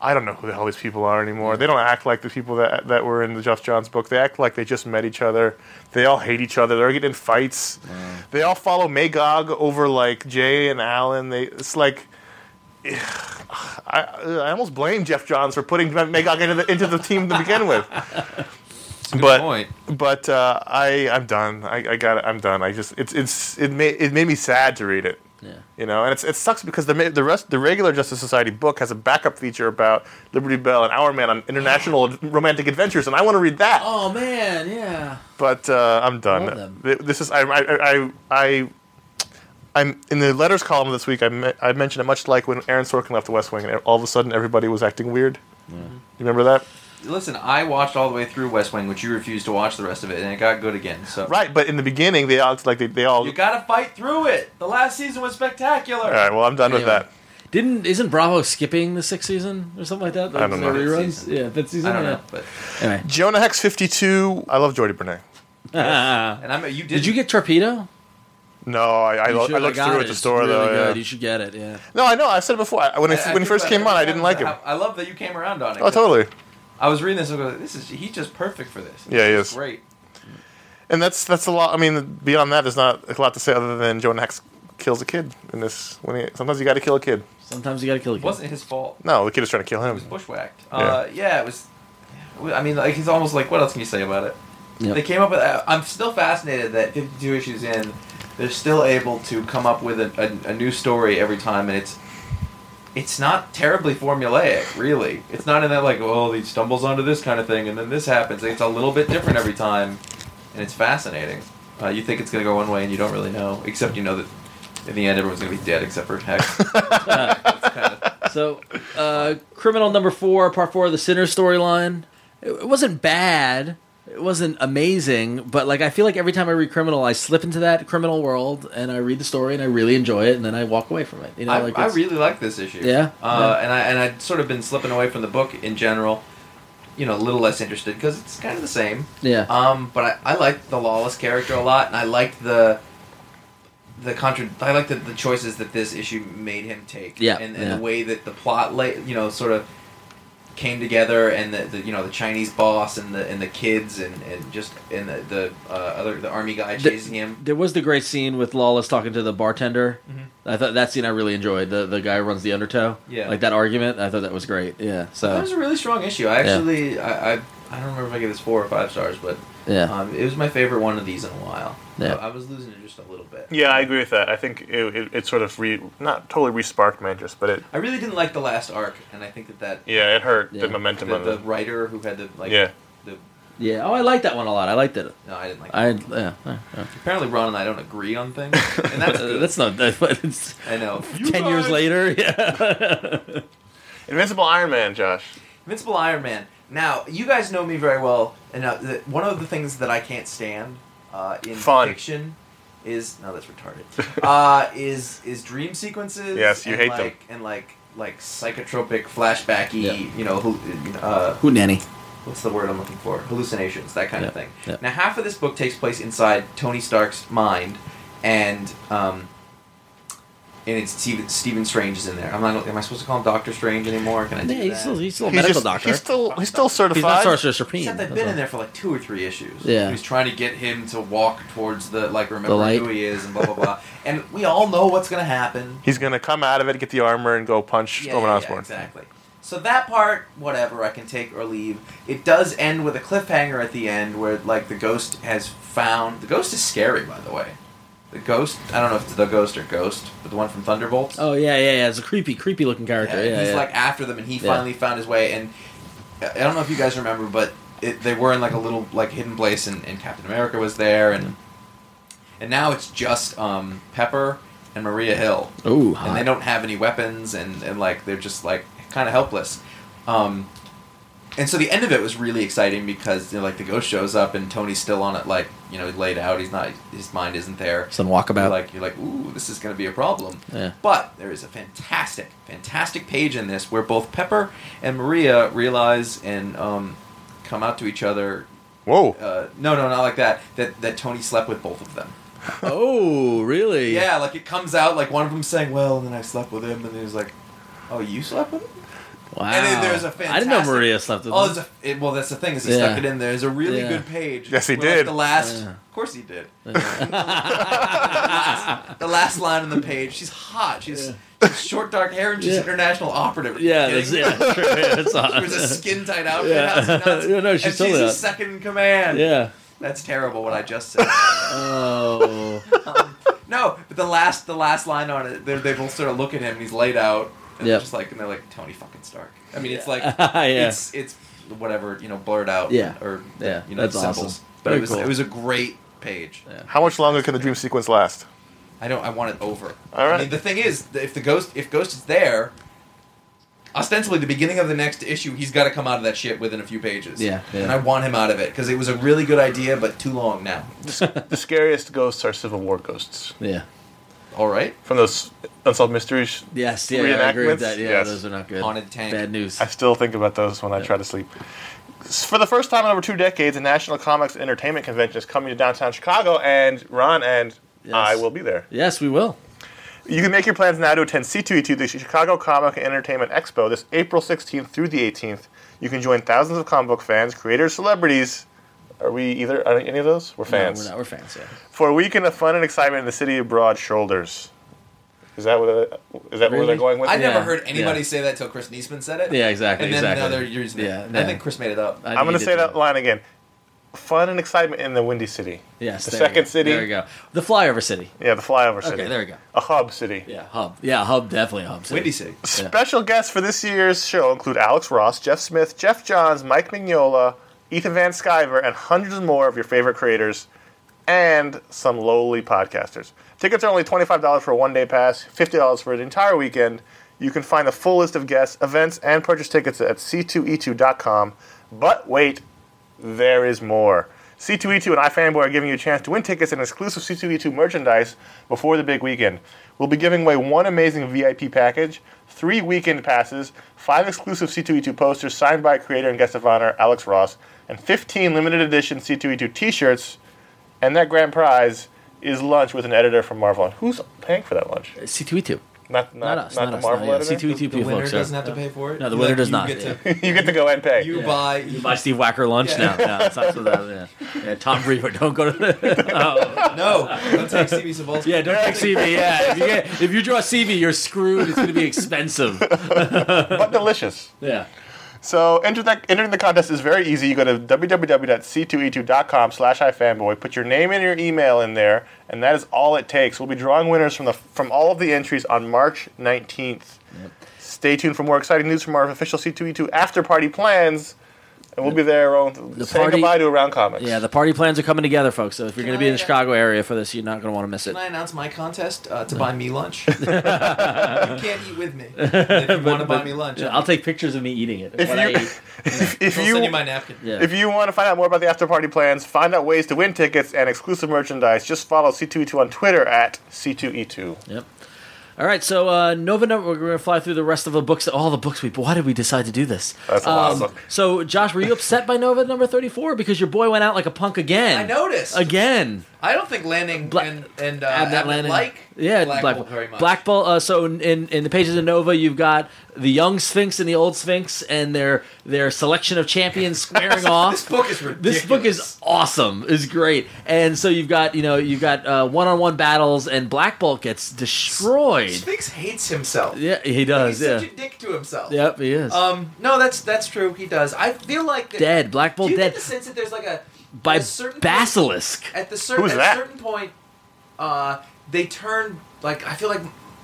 S1: I don't know who the hell these people are anymore. They don't act like the people that that were in the Jeff Johns book. They act like they just met each other. They all hate each other. They're getting in fights. They all follow Magog over like Jay and Alan. They it's like. *sighs* I, I almost blame Jeff Johns for putting Magog into the, into the team to begin with. but
S3: point.
S1: but uh, I I'm done. I, I got it. I'm done. I just it's it's it made it made me sad to read it.
S4: yeah.
S1: You know, and it's, it sucks because the ma- the rest the regular Justice Society book has a backup feature about Liberty Bell and Our Man on international romantic adventures, and I want to read that.
S4: Oh man, yeah.
S1: But uh, I'm
S4: Love them.
S1: done. Th- This is I I I. I I'm in the letters column this week. I, me- I mentioned it much like when Aaron Sorkin left The West Wing, and all of a sudden everybody was acting weird. You remember that?
S3: Listen, I watched all the way through West Wing, which you refused to watch the rest of it, and it got good again. So
S1: Right, but in the beginning they all like they, they all.
S3: you gotta fight through it. The last season was spectacular.
S1: all right, well I'm done with
S4: Anyway.
S1: that.
S4: Didn't isn't Bravo skipping the sixth season or something like that?
S1: I don't
S4: Their
S1: know.
S4: Reruns?
S3: Season.
S4: Yeah, that season.
S3: I don't
S4: yeah.
S3: know, but
S4: Anyway,
S1: Jonah Hex 52. I love Jordy Bernay.
S3: and I'm you did,
S4: *laughs* did you get Torpedo?
S1: No, I, I,
S4: You
S1: lo-
S4: should-
S1: I looked
S4: got
S1: through
S4: it.
S1: at the
S4: It's
S1: store
S4: really
S1: though.
S4: good.
S1: yeah.
S4: You should get it. Yeah.
S1: No, I know. I said it before. I- When, it,
S3: I- I
S1: when he
S3: feel
S1: first
S3: bad
S1: came on, I didn't like him.
S3: I, I love that you came around on it.
S1: Oh,
S3: 'cause
S1: totally.
S3: I was reading this and going, this is he's just perfect for this.
S1: Yeah, he
S3: This
S1: is.
S3: Great.
S1: And that's that's a lot. I mean, beyond that, there's not a lot to say other than Jonah Hex kills a kid in this. When he, sometimes you got to kill a kid.
S4: Sometimes you got to kill a kid.
S3: wasn't his fault.
S1: No, the kid was trying to kill
S3: It was
S1: him.
S3: bushwhacked. Uh, yeah, it was. I mean, like he's almost like, what else can you say about it?
S4: Yep.
S3: They came up with. uh, I'm still fascinated that 52 issues in, they're still able to come up with a, a, a new story every time, and it's it's not terribly formulaic, really. It's not in that like, oh, he stumbles onto this kind of thing, and then this happens. It's a little bit different every time, and it's fascinating. Uh, you think it's gonna go one way, and you don't really know, except you know that in the end everyone's gonna be dead except for Hex. It's
S4: *laughs*
S3: kinda-
S4: So, uh, criminal number four, part four of the Sinner storyline. It, it wasn't bad. It wasn't amazing, but like I feel like every time I read Criminal, I slip into that criminal world and I read the story and I really enjoy it, and then I walk away from it. You know,
S3: I,
S4: like
S3: I
S4: it's-
S3: really like this issue.
S4: Yeah?
S3: Uh, and I and I'd sort of been slipping away from the book in general. You know, a little less interested because it's kind of the
S4: *laughs*
S3: same.
S4: yeah,
S3: Um, but I, I liked the lawless character a lot, and I liked the the contra- I liked the, the choices that this issue made him take.
S4: Yeah,
S3: and, and
S4: yeah.
S3: the way that the plot, lay, you know, sort of came together, and the, the you know the Chinese boss and the and the kids and, and just and the, the uh, other the army guy
S4: The-
S3: chasing him.
S4: There was the great scene with Lawless talking to the bartender. I thought that scene I really enjoyed. The the guy who runs the undertow.
S3: Mm-hmm. Yeah.
S4: Like that argument. I thought that was great. Yeah.
S3: That
S4: So
S3: was a really strong issue. I actually I, I I don't remember if I gave this four or five stars, but
S4: yeah.
S3: um, it was my favorite one of these in a while.
S4: Yeah.
S3: I, I was losing it just a little bit.
S1: Yeah, I agree with that. I think it, it, it sort of re, not totally re-sparked Mantis, but it
S3: I really didn't like the last arc, and I think that that
S1: yeah, it hurt
S4: Yeah.
S1: the momentum
S3: the,
S1: of
S3: the
S1: it.
S3: writer who had the like
S1: Yeah.
S3: the
S4: Yeah. Oh, I liked that one a lot. I liked it.
S3: no, I didn't like.
S4: I
S3: it.
S4: yeah. yeah, yeah.
S3: Apparently, Ron and I don't agree on
S4: *laughs*
S3: things, and that's good.
S4: That's not. That, but it's
S3: I know.
S4: ten years later. Yeah.
S1: Invincible Iron Man, Josh.
S3: Invincible Iron Man. Now, you guys know me very well, and uh, the, one of the things that I can't stand uh, in
S1: Fun.
S3: fiction is no,
S1: *laughs*
S3: that's retarded. uh, is is dream sequences?
S1: Yes, you
S3: and
S1: hate them.
S3: like, them. And like like psychotropic flashbacky,
S4: Yeah.
S3: you know, who, uh,
S4: *laughs* Who nanny?
S3: what's the word I'm looking for? Hallucinations, that kind of
S4: Yeah,
S3: thing.
S4: yeah.
S3: Now, half of this book takes place inside Tony Stark's mind, and um, and it's Stephen, Stephen Strange is in there. I'm not. Am I supposed to call him Doctor Strange anymore? Can I do
S4: Yeah, he's
S3: that?
S4: still, he's still a
S1: He's
S4: medical
S1: just-
S4: doctor.
S1: He's still he's still
S4: He's not
S1: certified.
S4: Sorcerer Supreme.
S3: Except they've
S4: that's
S3: been
S4: all.
S3: in there for like two or three issues.
S4: Yeah.
S3: He's trying to get him to walk towards the like remember
S4: light.
S3: who he is and blah blah
S4: *laughs*
S3: blah. and we all know what's gonna happen.
S1: He's gonna come out of it, get the armor, and go punch
S3: Yeah,
S1: Norman
S3: yeah, yeah,
S1: Osborn.
S3: exactly. So that part, whatever, I can take or leave. It does end with a cliffhanger at the end where like the ghost has found the ghost is scary by the way. The ghost I don't know if it's the ghost or ghost, but the one from Thunderbolts.
S4: Oh yeah, yeah, yeah. It's a creepy, creepy looking character. Yeah,
S3: Yeah, he's
S4: yeah.
S3: like after them, and he
S4: Yeah.
S3: finally found his way. And I I don't know if you guys remember, but it, they were in like a little like hidden place, and, and Captain America was there, and and now it's just um, Pepper and Maria Hill,
S4: Ooh,
S3: and they
S4: hot.
S3: don't have any weapons, and, and like they're just like kind of helpless. Um, and so the end of it was really exciting because you know, like the ghost shows up, and Tony's still on it, like you know, laid out. He's not, his mind isn't there.
S4: Some walkabout.
S3: You're like you're like, ooh, this is going to be a problem.
S4: Yeah.
S3: But there is a fantastic, fantastic page in this where both Pepper and Maria realize and um, come out to each other.
S1: Whoa!
S3: Uh, no, no, not like that. That that Tony slept with both of them.
S4: oh, really?
S3: Yeah, like it comes out like one of them saying, "Well," and then I slept with him, and he was like, "Oh, you slept with him."
S4: Wow.
S3: And then there's a
S4: I didn't know
S3: fantastic-
S4: Maria slept with
S3: Oh,
S4: him.
S3: there's a, it, well, that's the thing is he
S4: Yeah.
S3: stuck it in there. There's a really
S4: Yeah.
S3: good page.
S1: Yes, he
S3: where, like,
S1: did.
S3: the last,
S4: Yeah.
S3: of course, he did. *laughs* the last line on the page. She's hot. She's, she's short, dark hair, and she's
S4: Yeah.
S3: international operative. Are you
S4: yeah,
S3: kidding
S4: that's,
S3: me?
S4: yeah, that's true. Yeah, that's
S3: *laughs* She was a skin tight outfit.
S4: Yeah.
S3: How's it not-
S4: *laughs* Yeah, no, she's
S3: and
S4: totally
S3: she's
S4: hot.
S3: his second in command.
S4: Yeah.
S3: That's terrible. What I just said. *laughs*
S4: Oh.
S3: no, but the last, the last line on it, they're- they both sort of look at him. and He's laid out, and
S4: Yep.
S3: they're just like, and they're like, Tony fucking Stark. I mean, it's like
S4: *laughs* yeah.
S3: it's it's whatever you know blurred out
S4: Yeah.
S3: or
S4: Yeah,
S3: you know
S4: that's
S3: symbols.
S4: awesome.
S3: but
S4: Very
S3: it was
S4: cool.
S3: it was a great page
S4: Yeah.
S1: How much longer can the dream sequence last?
S3: i don't i want it over
S1: All
S3: i
S1: right.
S3: mean the thing is that if the ghost if ghost is there ostensibly the beginning of the next issue he's got to come out of that shit within a few pages
S4: Yeah, yeah.
S3: and i want him out of it because it was a really good idea but too long now
S1: *laughs* the scariest ghosts are Civil War ghosts
S4: Yeah.
S3: all right
S1: from those unsolved mysteries.
S4: Yes, yeah, I agree with
S1: Reenactments?
S4: that. Yeah,
S1: Yes.
S4: those are not good.
S3: Haunted tank.
S4: Bad news.
S1: I still think about those when I try to sleep. For the first time in over two decades, a National Comics and Entertainment Convention is coming to downtown Chicago, and Ron and
S4: Yes.
S1: I will be there.
S4: *laughs* Yes, we will.
S1: You can make your plans now to attend C2E2, the Chicago Comic and Entertainment Expo, this April 16th through the 18th. You can join thousands of comic book fans, creators, celebrities. Are we either are any of those? We're
S4: No,
S1: fans.
S4: we're not. We're fans. Yeah.
S1: For a weekend of fun and excitement in the city of broad shoulders. Is that what is that where
S4: Really?
S1: they're going with?
S3: i
S1: it?
S3: never
S4: Yeah,
S3: heard anybody
S4: yeah.
S3: say that till chris Niesman said it
S4: Yeah, exactly,
S3: and then
S4: exactly.
S3: another years
S4: Yeah,
S3: yeah,
S4: yeah.
S3: i think chris made it up
S4: I
S1: I'm going to
S4: needed
S1: say that line again. Fun and excitement in the Windy City.
S4: Yes.
S1: The
S4: there
S1: second
S4: we go.
S1: city.
S4: There we go. The flyover city.
S1: Yeah, the flyover city.
S4: Okay, there we go.
S1: A hub city.
S4: Yeah, hub. Yeah, hub. Definitely a hub. City.
S3: windy city
S1: Special guests for this year's show include Alex Ross, Jeff Smith, Jeff Johns, Mike Mignola, Ethan Van Sciver, and hundreds more of your favorite creators, and some lowly podcasters. Tickets are only $25 for a one day pass, $50 for an entire weekend. You can find the full list of guests, events, and purchase tickets at e c2e2.com. But wait, there is more. C2E2 and iFanboy are giving you a chance to win tickets and exclusive C2E2 merchandise before the big weekend. We'll be giving away one amazing VIP package, three weekend passes, five exclusive C2E2 posters signed by creator and guest of honor Alex Ross, and 15 limited edition E C2E2 t shirts. And that grand prize is lunch with an editor from Marvel. And who's paying for that lunch?
S4: C two E two.
S1: Not not,
S4: Not us,
S1: not
S4: not
S1: the
S4: us,
S1: Marvel
S4: not
S1: editor.
S4: C two E two
S3: The
S4: P
S3: winner
S4: folks.
S3: doesn't
S4: are-
S3: have to pay for it.
S4: No, the
S3: You-
S4: winner does
S3: you
S4: not.
S3: Get to,
S1: *laughs* you get to go and pay.
S3: you buy. You
S4: Buy Steve Wacker lunch now. No, it's not so that. Yeah. Yeah, Tom Brewer, don't go to the. *laughs* Oh.
S3: No, *laughs* don't take CB Savolsky.
S4: Yeah, don't take CV. Yeah, if you, get, if you draw CV, you're screwed. It's going to be expensive.
S1: But delicious.
S4: Yeah.
S1: So enter that, entering the contest is very easy. You go to e www.c2e2.com slash ifanboy, put your name and your email in there, and that is all it takes. We'll be drawing winners from, the, from all of the entries on March 19th. Stay tuned for more exciting news from our official C2E2 after party plans, and we'll be there around, saying
S4: party-
S1: goodbye to Around Comics.
S4: Yeah, the party plans are coming together, folks. So if you're going to be in the
S3: I, uh,
S4: Chicago area for this, you're not going to want to miss it.
S3: Can I announce my contest uh, to buy me
S4: *laughs*
S3: lunch? you can't eat with me. If you want to buy me lunch,
S4: Yeah,
S3: I'll,
S4: I'll take pictures of me eating it.
S1: If
S4: What I
S1: you- *laughs*
S4: ate.
S1: if, if
S3: send you
S1: you
S3: my napkin.
S4: Yeah.
S1: If you want to find out more about the after party plans, find out ways to win tickets and exclusive merchandise, just follow C2E2 on Twitter at E C2E2.
S4: Yep. All right, so uh, Nova Nova, we're going to fly through the rest of the books, all the books we. Why did we decide to do this? Um,
S1: That's a lot of books.
S4: So, Josh, were you upset by Nova number thirty-four because your boy went out like a punk again?
S3: I noticed.
S4: again.
S3: I don't think Lanning
S4: Black-
S3: and and uh,
S4: Abnett
S3: Abnett
S4: Lanning.
S3: like
S4: yeah,
S3: Black,
S4: Black
S3: Bolt very much.
S4: Black Bolt. Uh, so in, in in the pages of Nova, you've got the young Sphinx and the old Sphinx, and their their selection
S3: *laughs*
S4: of champions squaring off.
S3: This book is ridiculous.
S4: This book is awesome. It's great. And so you've got, you know, you've got uh, one-on-one battles and Black Bolt gets destroyed.
S3: Sphinx hates himself.
S4: Yeah, he does.
S3: He's
S4: yeah.
S3: such a dick to himself.
S4: Yep, he is.
S3: Um, no, that's that's true. He does. I feel like that,
S4: dead. Black
S3: Do
S4: Bolt
S3: you
S4: dead
S3: get the sense that there's like a
S4: by
S3: at a certain
S4: Basilisk.
S3: Point, at the
S1: Who
S3: cer-
S1: is
S3: at
S1: that?
S3: a certain point, uh, they turn like I feel like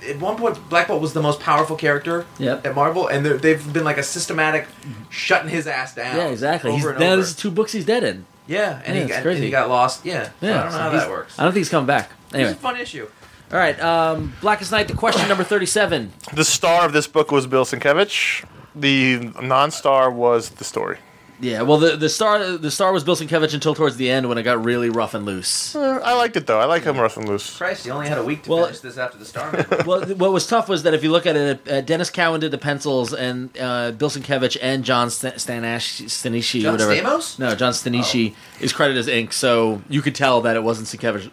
S3: at one point Black Bolt was the most powerful character
S4: Yep. Mm-hmm.
S3: at Marvel, and they're- they've been like a systematic shutting his ass down.
S4: Yeah, exactly.
S3: Over
S4: He's,
S3: and
S4: now
S3: over.
S4: there's two books he's dead in.
S3: yeah, and
S4: Yeah,
S3: he
S4: it's
S3: got,
S4: crazy.
S3: and he got lost. Yeah, So
S4: Yeah,
S3: I don't know
S4: so
S3: how
S4: he's-
S3: that works.
S4: I don't think he's coming back.
S3: It's a
S4: Anyway,
S3: fun issue.
S4: all right. Um, Blackest Night. The question number thirty-seven.
S1: The star of this book was Bill Sienkiewicz. The non-star was the story.
S4: Yeah. Well, the, the star the star was Bill Sienkiewicz until towards the end when it got really rough and *laughs* loose.
S1: Eh, I liked it though. I like him rough and loose.
S3: Christ, you only had a week to
S4: Well-
S3: finish this after the
S4: *laughs*
S3: Starman.
S4: well, th- what was tough was that if you look at it, uh, Dennis Cowan did the pencils, and uh, Bill Sienkiewicz and John St- Stanash, Stanishi,
S3: John
S4: whatever.
S3: Stamos? Oh.
S4: No, John Stanishi is credited as ink, so you could tell that it wasn't Sienkiewicz.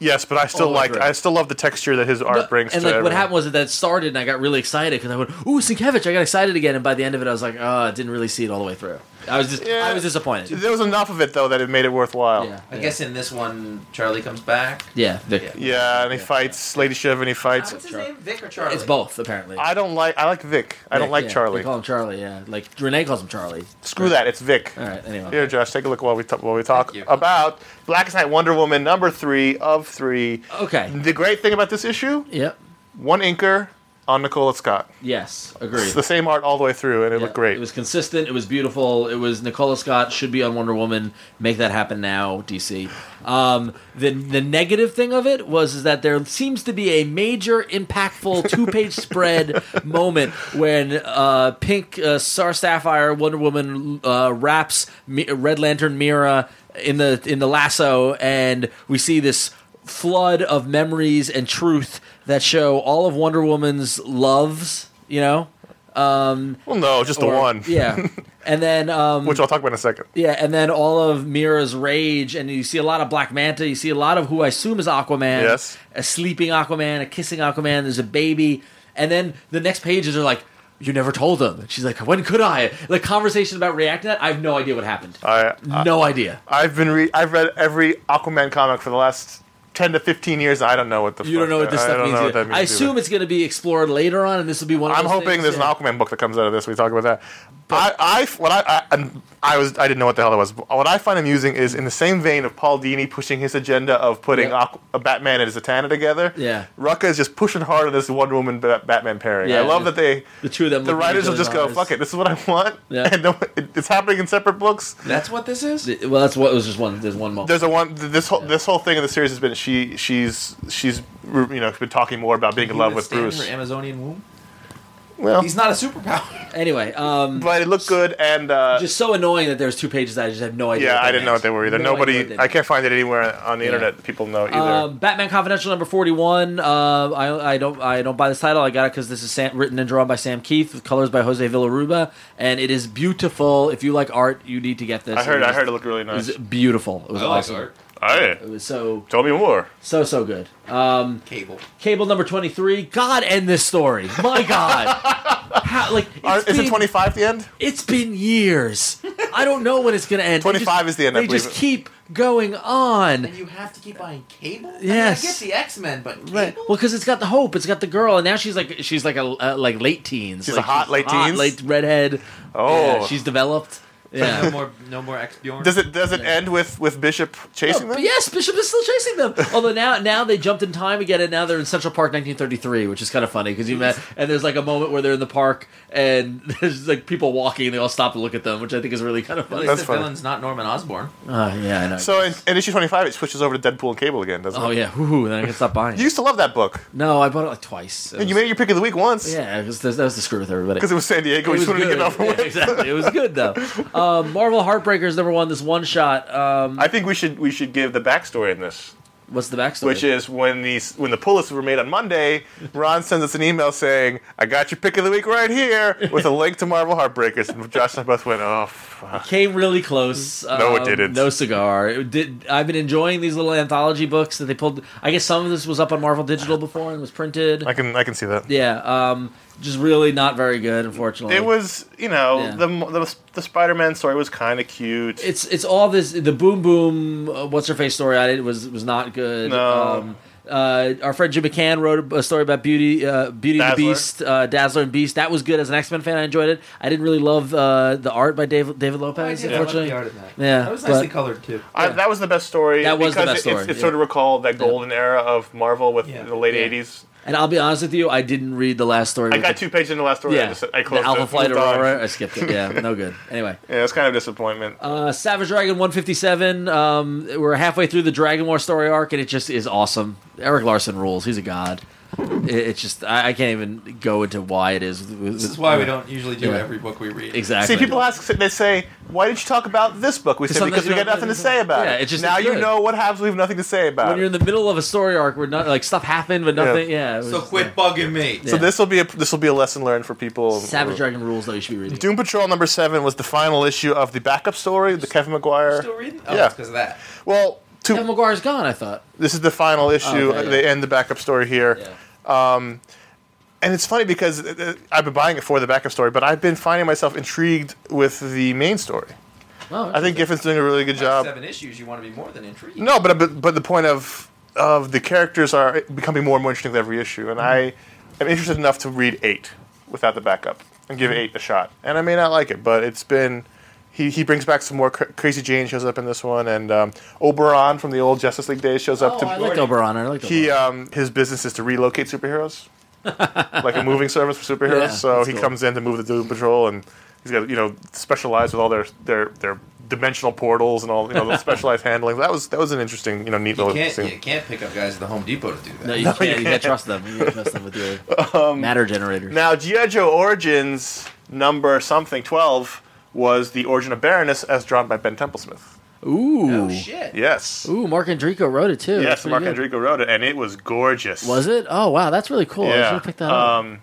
S1: Yes, but I still
S4: Oh,
S1: like.
S4: right.
S1: I still love the texture that his art
S4: No,
S1: brings.
S4: and
S1: to
S4: like what
S1: everything.
S4: happened was that it started, and I got really excited because I went, "Ooh, Sienkiewicz!" I got excited again, and by the end of it, I was like, "Oh, I didn't really see it all the way through." I was just,
S1: Yeah.
S4: I was disappointed.
S1: There was enough of it though that it made it worthwhile.
S4: Yeah,
S3: I guess in this one, Charlie comes back.
S4: yeah, Vic.
S1: Yeah,
S3: Yeah.
S1: and he fights Lady Shiv, and he fights.
S3: What's his name? Vic or Charlie?
S4: It's both apparently.
S1: I don't like. I like Vic. I don't
S4: Vic,
S1: like
S4: yeah.
S1: Charlie.
S4: They call him Charlie. Yeah, like Renee calls him Charlie.
S1: Screw that. It's Vic.
S4: All right. Anyway.
S1: Here, Josh, take a look while we talk, while we talk
S3: you.
S1: about Blackest Night Wonder Woman number three of three.
S4: Okay.
S1: The great thing about this issue,
S4: Yep.
S1: one inker on Nicola Scott.
S4: Yes. Agreed.
S1: *laughs* It's the same art all the way through, and it
S4: Yeah,
S1: looked great.
S4: It was consistent. It was beautiful. It was Nicola Scott should be on Wonder Woman. Make that happen now, DC. Um, the the negative thing of it was is that there seems to be a major
S1: *laughs*
S4: impactful two page spread moment when uh, Pink uh, Star Sapphire Wonder Woman uh, wraps Mi- Red Lantern Mira in the in the lasso, and we see this flood of memories and truth that show all of Wonder Woman's loves. You know. Um,
S1: well, no, just the
S4: or-
S1: one, *laughs*
S4: Yeah, and then um,
S1: which I'll talk about in a second.
S4: yeah, and then all of Mira's rage, and you see a lot of Black Manta. You see a lot of who I assume is Aquaman.
S1: Yes.
S4: a sleeping Aquaman, a kissing Aquaman. There's a baby, and then the next pages are like. You never told them. And She's like, when could I? Like conversation about reacting. to That I have no idea what happened.
S1: I, I
S4: no idea.
S1: I've been re- I've read every Aquaman comic for the last ten to fifteen years. and I don't know what the
S4: You don't
S1: fuck
S4: know what this
S1: that- I
S4: stuff
S1: don't
S4: means,
S1: know what
S4: either.
S1: that means
S4: I assume
S1: either.
S4: it's going to be explored later on, and this will be one. of
S1: I'm
S4: those
S1: hoping
S4: things,
S1: there's
S4: yeah.
S1: an Aquaman book that comes out of this. We talk about that. I, I, what I, I, I was, I didn't know what the hell that was. But what I find amusing is in the same vein of Paul Dini pushing his agenda of putting
S4: Yeah.
S1: Aqu- uh, Batman and Zatanna together.
S4: Yeah.
S1: Rucka is just pushing hard on this Wonder Woman Bat- Batman pairing. I
S4: Yeah,
S1: love
S4: just
S1: that they,
S4: The two of them.
S1: the
S4: looking at
S1: writers
S4: each
S1: will just
S4: other's
S1: go,
S4: eyes.
S1: "Fuck it, this is what I want,"
S4: Yeah.
S1: *laughs* and no, it, it's happening in separate books.
S3: That's what this is.
S4: Th- Well, that's what it was just one. There's one moment.
S1: There's a one. th- This whole this whole thing in the series has been she she's she's you know been talking more about being in
S3: He
S1: love
S3: would
S1: with
S3: stand in
S1: Bruce.
S3: Her Amazonian womb.
S1: Well,
S3: He's not a superpower.
S4: anyway, um,
S1: but it looked good and uh,
S4: just so annoying that there's two pages that I just have no idea.
S1: Yeah, I didn't know
S4: meant.
S1: what they were either.
S4: No idea what
S1: Nobody,
S4: they
S1: I
S4: meant.
S1: can't find it anywhere on the internet. that People know either.
S4: Um, Batman Confidential number forty-one. Uh, I, I don't I don't buy this title. I got it because this is Sam, written and drawn by Sam Keith, with colors by Jose Villaruba, and it is beautiful. If you like art, you need to get this.
S1: I heard,
S4: It
S1: I
S4: was-
S1: heard it looked really
S4: It
S1: nice.
S4: was beautiful. It was awesome.
S3: art.
S1: Aye.
S4: It was so
S1: Tell me more.
S4: so so good. Um,
S3: Cable.
S4: cable number twenty three. God, end this story. My God,
S1: *laughs*
S4: How, like it's
S1: Are- Uh, is
S4: been,
S1: it 25 the end?
S4: It's been years. I don't know when it's gonna end. They just-
S1: 25 is the end, I
S4: They just
S1: believe it.
S4: keep going on.
S3: And you have to keep buying cable? I mean,
S4: Yes.
S3: I, get the X Men, but cable?
S4: Right. Well, because it's got the hope, it's got the girl, and now she's like she's like a uh, like late teens.
S1: She's
S4: like,
S1: a hot late teens?
S4: late redhead.
S1: Oh.
S4: Yeah, she's developed.
S5: no
S1: *laughs*
S4: Yeah.
S5: more, no more X Bjorn.
S1: Does it does it end with with Bishop chasing
S4: But
S1: them?
S4: Oh, yes, Bishop is still chasing them. Although now, now they jumped in time again, and now they're in Central Park, 1933, which is kind of funny because you met. And there's like a moment where they're in the park, and *laughs* there's like people walking, and they all stop and look at them, which I think is really kind of funny.
S1: That's
S3: the
S1: funny.
S3: villain's not Norman Osborn.
S4: Uh, yeah, I know.
S1: So in, in issue 25, it switches over to Deadpool and Cable again, doesn't
S4: oh
S1: it?
S4: yeah, whoo, then I can stop buying. it.
S1: You used to love that book.
S4: no, I bought it like twice. It
S1: You
S4: was-
S1: made your pick of the week once because
S4: yeah, it was, that was the screw with everybody.
S1: it was San Diego. We just wanted to get it off
S4: Yeah,
S1: with.
S4: exactly. It was
S1: *laughs*
S4: good though. Um, Marvel Heartbreakers number one. This one shot. Um,
S1: I think we should we should give the backstory in this,
S4: what's the backstory?
S1: which is when these when the pull lists were made on Monday, Ron sends us an email saying, "I got your pick of the week right here" with a link to Marvel Heartbreakers, and Josh and I both went, "Oh, fuck.
S4: came really close.
S1: No, it
S4: Um,
S1: didn't.
S4: No cigar. It did. I've been enjoying these little anthology books that they pulled. I guess some of this was up on Marvel Digital before and was printed.
S1: I can I can see that."
S4: yeah. Um, just really not very good, unfortunately.
S1: It was, you know,
S4: Yeah.
S1: the the, the Spider Man story was kind of cute.
S4: It's it's all this. The boom boom. Uh, what's her face story? I did was was not good.
S1: No.
S4: Um, uh, our friend Jim McCann wrote a story about Beauty, uh, Beauty and the
S1: Dazzler.
S4: Beast, uh, Dazzler and Beast. That was good as an X Men fan. I enjoyed it. I didn't really love uh, the art by David David Lopez.
S5: I did love
S4: unfortunately,
S5: the art in that.
S4: Yeah,
S5: that was nicely
S4: but-
S5: colored too.
S1: I, that was the best story.
S4: That was the
S1: because
S4: best
S1: it,
S4: story,
S1: It, it
S4: yeah.
S1: sort of recalled that golden era of Marvel with
S5: Yeah.
S1: the late
S4: Yeah.
S1: '80s.
S4: and I'll be honest with you, I didn't read the last story.
S1: I
S4: with
S1: got
S4: the-
S1: two pages in the last story. I,
S4: Yeah,
S1: just, I closed
S4: the Alpha
S1: it,
S4: Flight
S1: moved on.
S4: Aurora. I skipped it. Yeah, no good. Anyway,
S1: Yeah, it's kind of a disappointment.
S4: Uh, Savage Dragon 157. Um, we're halfway through the Dragon War story arc, and it just is awesome. Eric Larson rules. He's a god. It, it's just I, I can't even go into why it is.
S5: This is why we don't usually do
S4: Yeah.
S5: every book we read.
S4: exactly.
S1: See, people ask, they say, why did you talk about this book? We say,
S4: Something
S1: because
S4: you
S1: we got
S4: don't-
S1: nothing to say about
S4: Yeah,
S1: it.
S4: it's just-
S1: now
S4: it's
S1: you
S4: good.
S1: know what happens, we have nothing to say
S4: when
S1: about it.
S4: you're in the middle of a story arc, where not like stuff happened, but nothing. Yeah. it was
S5: So
S4: just-
S5: quit bugging me.
S1: So this will be a, this will be a lesson learned for people.
S4: Savage Dragon rules though. You should be reading.
S1: Doom Patrol number seven was the final issue of the backup story, the Kevin McGuire.
S5: Still reading? Oh,
S1: Yeah.
S5: it's because of that.
S1: Well, two,
S4: Kevin McGuire's gone. I thought.
S1: this is the final issue.
S4: okay, yeah.
S1: They end the backup story here.
S4: Yeah.
S1: and it's funny because uh, I've been buying it for the backup story, but I've been finding myself intrigued with the main story.
S4: Oh,
S1: I think Giffen's doing a really good job.
S5: Seven issues. You want to be more than intrigued.
S1: No, but, but but the point of of the characters are becoming more and more interesting with every issue, and I
S4: Mm-hmm.
S1: am interested enough to read eight without the backup and give eight a shot. And I may not like it, but it's been. He, he brings back some more. Cra- Crazy Jane shows up in this one, and um, Oberon from the old Justice League days shows up.
S4: Oh,
S1: to
S4: I liked Oberon. I liked
S1: he
S4: Oberon.
S1: um, his business is to relocate
S4: *laughs*
S1: superheroes, like a moving service for superheroes.
S4: Yeah,
S1: so
S4: that's
S1: he
S4: cool.
S1: comes in to move the Doom Patrol, and he's got you know specialized with all their their their dimensional portals and all you
S4: *laughs*
S1: know the specialized handling. That was that was an interesting you know neat
S3: You
S1: little
S3: can't,
S1: scene.
S3: you can't pick up guys at the Home Depot to do that.
S4: No, you, can't, you can't trust them. You can't trust them with your
S1: *laughs* Um,
S4: matter generators.
S1: Now GI Joe Origins number something twelve was the origin of Baroness as drawn by Ben Templesmith.
S4: Ooh.
S5: Oh, shit.
S1: Yes.
S4: Ooh, Mark Andrico wrote it too. That's
S1: Yes,
S4: pretty
S1: Mark
S4: good.
S1: Andrico wrote it, and it was gorgeous.
S4: Was it? Oh wow, that's really cool. I should
S1: Yeah.
S4: have picked that up.
S1: um,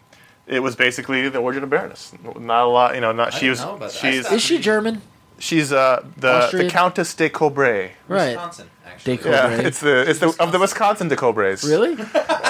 S1: it was basically the origin of Baroness. Not a lot, you know. Not she
S5: didn't
S1: was.
S5: know about that. I
S1: She's
S5: stopped
S4: Is she German?
S1: She's uh, the
S4: Austrian?
S1: the Countess de Cobray.
S4: Right.
S5: Wisconsin, actually.
S4: They call
S1: Yeah,
S4: Cobray.
S1: it's the it's the of the Wisconsin de Cobrays.
S4: *laughs* Really?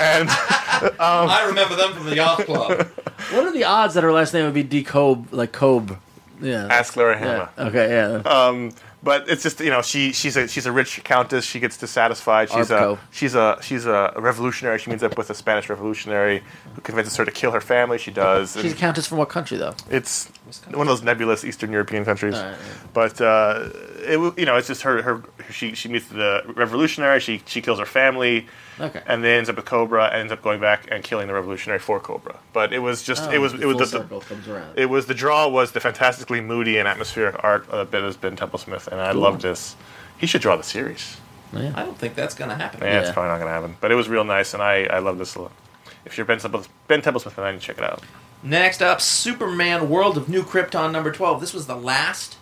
S1: And
S5: I remember them from the golf club.
S4: what are the odds that her last name would be D Cobe, like Cobe? Yeah.
S1: ask Um, Laura
S4: yeah.
S1: Hanna.
S4: Okay, yeah.
S1: But it's just you know she she's a she's a rich countess. She gets dissatisfied. She's
S4: Arbco.
S1: a she's a she's a revolutionary. She meets up with a Spanish revolutionary who convinces her to kill her family. She does.
S4: She's a
S1: And
S4: countess from what country though?
S1: it's one of those nebulous Eastern European countries.
S4: All right,
S1: But uh, it w- you know it's just her her she she meets the revolutionary. She she kills her family.
S4: Okay.
S1: and then ends up with Cobra, and ends up going back and killing the Revolutionary for Cobra. But it was just it was it was the,
S4: Oh, circle comes around.
S1: it was the draw was the fantastically moody and atmospheric art uh, that has been Temple Smith, and I love this. He should draw the series.
S5: I don't think that's going to happen.
S1: Yeah, it's
S4: Yeah.
S1: probably not gonna happen, but it was real nice, and I I love this a lot. If you're Ben Temple Ben Temple Smith, then I need to check it out.
S3: Next up, Superman World of New Krypton number 12. This was the last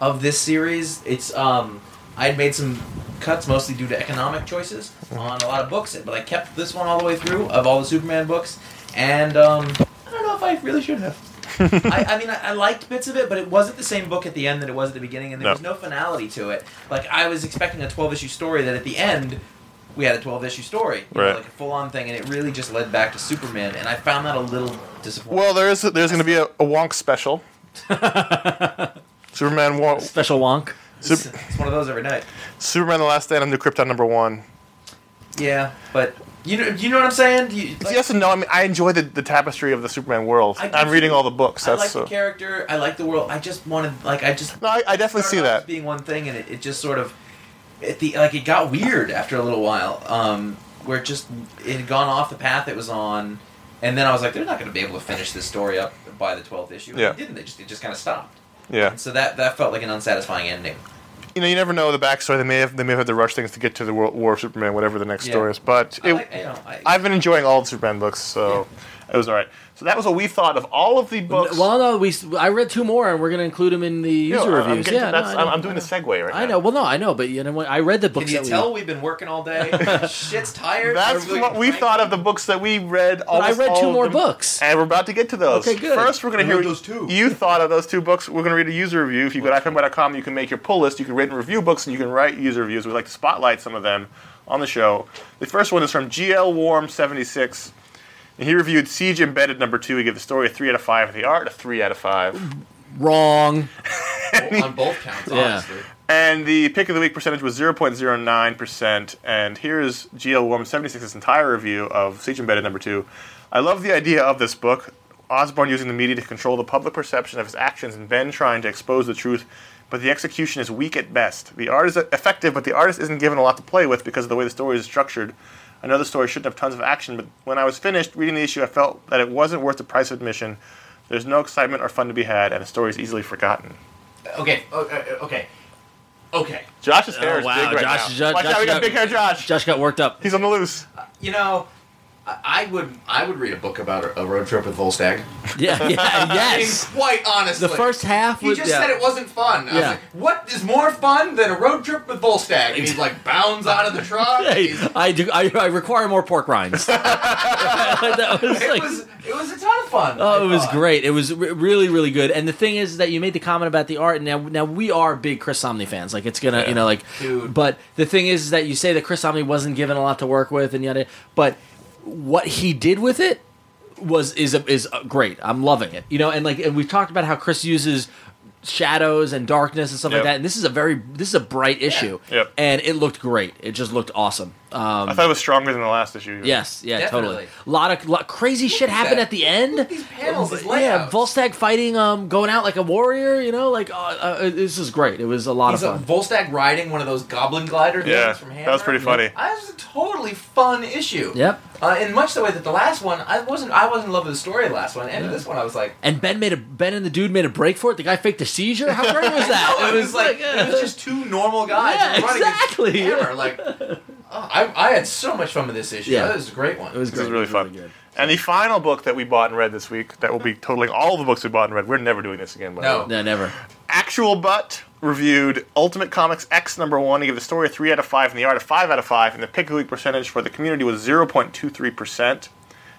S3: of this series. It's um I had made some cuts mostly due to economic choices on a lot of books, but I
S1: *laughs*
S3: kept this one all the way through of all the Superman books and um I don't know if I really should have. I, I mean, I, I liked bits of it, but it wasn't the same book at the end that it was at the beginning, and there
S1: No.
S3: was no finality to it. Like I was expecting a twelve issue story that at the end we had a twelve issue story, you know,
S1: Right.
S3: like a full on thing, and it really just led back to Superman, and I found that a little disappointing.
S1: Well, there is there's going to be a, a Wonk
S4: *laughs*
S1: special. Superman Wonk,
S4: Special wonk.
S3: it's, it's one of those every night.
S1: Superman: The Last Stand of New Krypton number one.
S3: Yeah, but you know, you know what I'm saying? You,
S1: It's
S3: like,
S1: yes and no. I mean, I enjoy the, the tapestry of the Superman world.
S3: I do
S1: I'm reading
S3: too.
S1: all the books.
S3: I
S1: That's
S3: like
S1: so.
S3: the character. I like the world. I just wanted, like, I just
S1: no, I, I definitely
S3: started
S1: see
S3: off as
S1: that.
S3: being one thing, and it, it just sort of at the like it got weird after a little while, um, where it just it had gone off the path it was on, and then I was like, they're not going to be able to finish this story up by the twelfth issue. And
S1: Yeah.
S3: they didn't. They just it just kind of stopped.
S1: Yeah,
S3: And so that that felt like an unsatisfying ending.
S1: you know, you never know the backstory. They may have they may have had to rush things to get to the World War of Superman, whatever the next
S3: Yeah.
S1: story is. But
S3: I
S1: it,
S3: like, you know, I,
S1: I've been enjoying all the Superman books, so it was all right. So that was what we thought of all of the books.
S4: Well, no, we. I read two more, and we're going to include them in the
S1: You know,
S4: user
S1: I'm
S4: reviews.
S1: getting to-
S4: Yeah, no,
S1: that's-
S4: I
S1: I'm,
S4: know.
S1: I'm doing a segue right now.
S4: I know. Well, no, I know, but you know what? I read the books.
S3: can you
S4: that we-
S3: tell we've been working
S1: *laughs*
S3: all day? Shit's tired.
S1: That's
S3: I'm really
S1: what we
S3: cranky.
S1: thought of the books that we read. All
S4: But I read two more *laughs* books.
S1: and we're about to get to those.
S4: Okay, good.
S1: First, we're going to hear
S3: I read those two.
S1: You thought of those two books. We're going to read a user review. If you go to iFanboy.com, you can make your pull list. You can rate and review books, and you can write user reviews. We like to spotlight some of them on the show. The first one is from GL Warm seventy six. He reviewed Siege Embedded number two. He gave the story a three out of five, and the art a three out of five.
S4: Wrong.
S3: on both counts.
S4: Yeah.
S3: Honestly.
S1: And the pick of the week percentage was 0.09%. And here's GL Warm 76's entire review of Siege Embedded number two. I love the idea of this book. Osborne using the media to control the public perception of his actions and Ben trying to expose the truth, but the execution is weak at best. The art is effective, but the artist isn't given a lot to play with because of the way the story is structured. Another story shouldn't have tons of action, but when I was finished reading the issue, I felt that it wasn't worth the price of admission. There's no excitement or fun to be had, and the story is easily forgotten.
S3: Okay. o- uh, Okay. Okay.
S1: Josh's hair is
S4: Oh, wow,
S1: big right
S4: Josh-
S1: now.
S4: Josh-
S1: Watch out,
S4: Josh
S1: we got
S4: got-
S1: big hair Josh.
S4: Josh got
S1: *laughs*
S4: worked up.
S1: He's on the loose.
S3: You know, I, I would I would read a book about a- a road trip with Volstagg.
S4: Yeah. yeah yes.
S3: Quite honestly.
S4: The first half
S3: He
S4: was.
S3: just
S4: yeah.
S3: said it wasn't fun. I was
S4: Yeah.
S3: like, what is more fun than a road trip with Volstagg? And he like bounds out of the truck.
S4: *laughs* Hey,
S3: He's-
S4: I do. I, I require more pork
S3: *laughs*
S4: rinds. *laughs* that was
S3: it
S4: like,
S3: was it was a ton of fun.
S4: oh,
S3: I
S4: it was
S3: thought.
S4: great. It was re- really, really good. And the thing is that you made the comment about the art. And now, now we are big Chris Somney fans. Like it's gonna, you know, like.
S3: Dude.
S4: But the thing is that you say that Chris Somney wasn't given a lot to work with, and yada. But what he did with it was is is uh, great. I'm loving it. You know, and like, and we've talked about how Chris uses shadows and darkness and stuff
S1: Yep.
S4: like that. And this is a very this is a bright issue.
S1: Yep.
S4: And it looked great. It just looked awesome. Um,
S1: I thought it was stronger than the last issue.
S4: Yes, yeah, totally.
S3: Definitely.
S4: A lot of lot, crazy shit happened
S3: that.
S4: at the end.
S3: These panels, these
S4: yeah,
S3: layouts.
S4: Volstagg fighting, um, going out like a warrior. You know, like uh, uh, this is great. It was a lot
S3: He's
S4: of
S3: a
S4: fun.
S3: Volstagg riding one of those goblin glider things
S1: Yeah,
S3: from
S1: that
S3: Hammer.
S1: was pretty funny.
S3: I was a totally fun issue.
S4: Yep.
S3: Uh, in much the way that the last one, I wasn't. I wasn't in love with the story of the last one, and this one, I was
S4: *laughs*
S3: like,
S4: and Ben made a Ben and the dude made a break for it. The guy faked a seizure. How
S3: *laughs*
S4: great was that?
S3: No, it, was, like, it was
S4: uh,
S3: just two normal guys
S4: Oh Yeah,
S3: running against
S4: exactly.
S3: the
S4: *laughs*
S3: hammer. Like, oh, I, I had so much fun with this issue.
S4: Yeah.
S3: That was a great one.
S4: it was
S1: This is
S4: great.
S1: really
S4: It was
S1: fun.
S4: good.
S1: and the final book that we bought and read this week, that will be totaling all the books we bought and read. We're never doing this again. By
S3: No.
S1: the way.
S4: No, never.
S1: Actual Butt reviewed Ultimate Comics X number one. He gave the story a three out of five and the art a five out of five. And the pick of the week percentage for the community was zero point two three percent.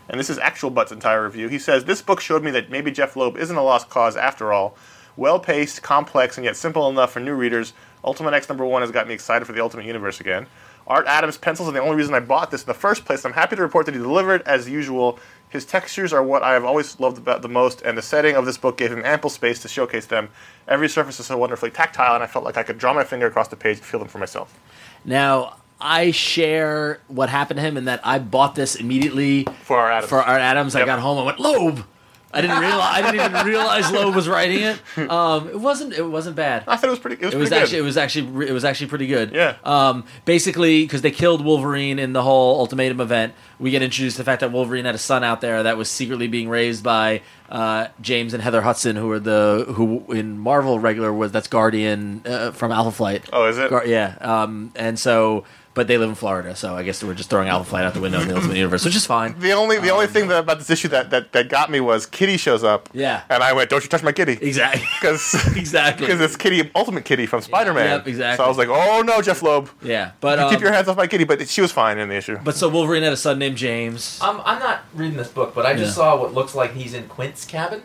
S1: And this is Actual Butt's entire review. He says this book showed me that maybe Jeff Loeb isn't a lost cause after all. Well paced, complex, and yet simple enough for new readers. Ultimate X number one has got me excited for the Ultimate Universe again. Art Adams pencils are the only reason I bought this in the first place. I'm happy to report that he delivered as usual. His textures are what I have always loved about the most, and the setting of this book gave him ample space to showcase them. Every surface is so wonderfully tactile, and I felt like I could draw my finger across the page and feel them for myself.
S4: Now I share what happened to him, and that I bought this immediately
S1: For Art Adams.
S4: For Art Adams, I
S1: Yep.
S4: got home. I went Loeb. I didn't realize. I didn't even realize Loeb was writing
S1: *laughs*
S4: it. Um, it wasn't. It wasn't bad.
S1: I thought it was pretty. It was,
S4: It was
S1: pretty
S4: actually
S1: good.
S4: it was actually re- it was actually pretty good.
S1: Yeah.
S4: Um, basically, because they killed Wolverine in the whole Ultimatum event, we get introduced to the fact that Wolverine had a son out there that was secretly being raised by uh, James and Heather Hudson, who are the who in Marvel regular was that's Guardian uh, from Alpha Flight.
S1: Oh, is it?
S4: Gar- yeah. Um, and so, but they live in Florida, so I guess we're just throwing Alpha Flight out the window in the Ultimate Universe, which is fine.
S1: the only the
S4: Oh,
S1: only thing that, about this issue that, that, that got me was Kitty shows up.
S4: Yeah.
S1: And I went, "Don't you touch my kitty," *laughs*
S4: Exactly.
S1: because
S4: *laughs*
S1: *laughs*
S4: Exactly.
S1: because it's Kitty, Ultimate Kitty from Spider Man.
S4: Yep, exactly.
S1: So I was like, "Oh no, Jeff Loeb,
S4: yeah. But um,
S1: keep your hands off my kitty." But she was fine in the issue.
S4: but so Wolverine had a son named James.
S1: Uh,
S3: I'm, I'm not reading this book, but I just
S4: Yeah.
S3: saw what looks like he's in Quint's cabin.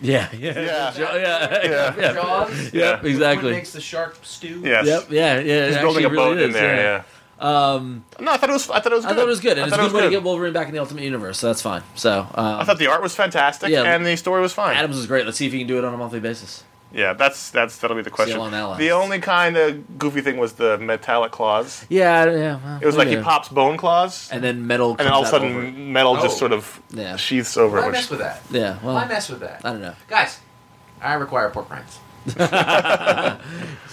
S4: Yeah, yeah,
S1: Yeah.
S4: *laughs* yeah, *laughs* yeah.
S1: Yeah.
S3: Jaws.
S1: Yeah.
S4: Yep, exactly.
S3: What makes the shark stew?
S1: Yes.
S4: Yep, yeah, yeah.
S1: He's
S4: it
S1: building
S4: actually
S1: a
S4: really
S1: boat in
S4: is,
S1: there. Yeah.
S4: Um,
S1: No, I thought it was. I thought it was.
S4: I
S1: Good.
S4: thought it was good, and it's
S1: thought
S4: a good
S1: it
S4: way
S1: was
S4: to get Wolverine back in the Ultimate Universe. So that's fine. So
S1: I
S4: um,
S1: thought the art was fantastic
S4: Yeah.
S1: and the story was fine.
S4: Adams was great. Let's see if he can do it on a monthly basis.
S1: Yeah, that's that's that'll be the question.
S4: long that lasts.
S1: The only kind of goofy thing was the metallic claws.
S4: Yeah, yeah. well,
S1: It was like he
S4: Oh, yeah.
S1: pops bone claws, and,
S4: and then metal, comes
S1: then all of a
S4: out
S1: sudden
S4: over it.
S1: metal just
S3: Oh.
S1: sort of
S4: Yeah.
S1: sheaths over.
S3: Why
S1: it,
S3: mess
S1: Which,
S3: with that?
S4: yeah. Well,
S3: Why
S4: I
S3: mess with that?
S4: don't know.
S3: Guys, I require pork rinds.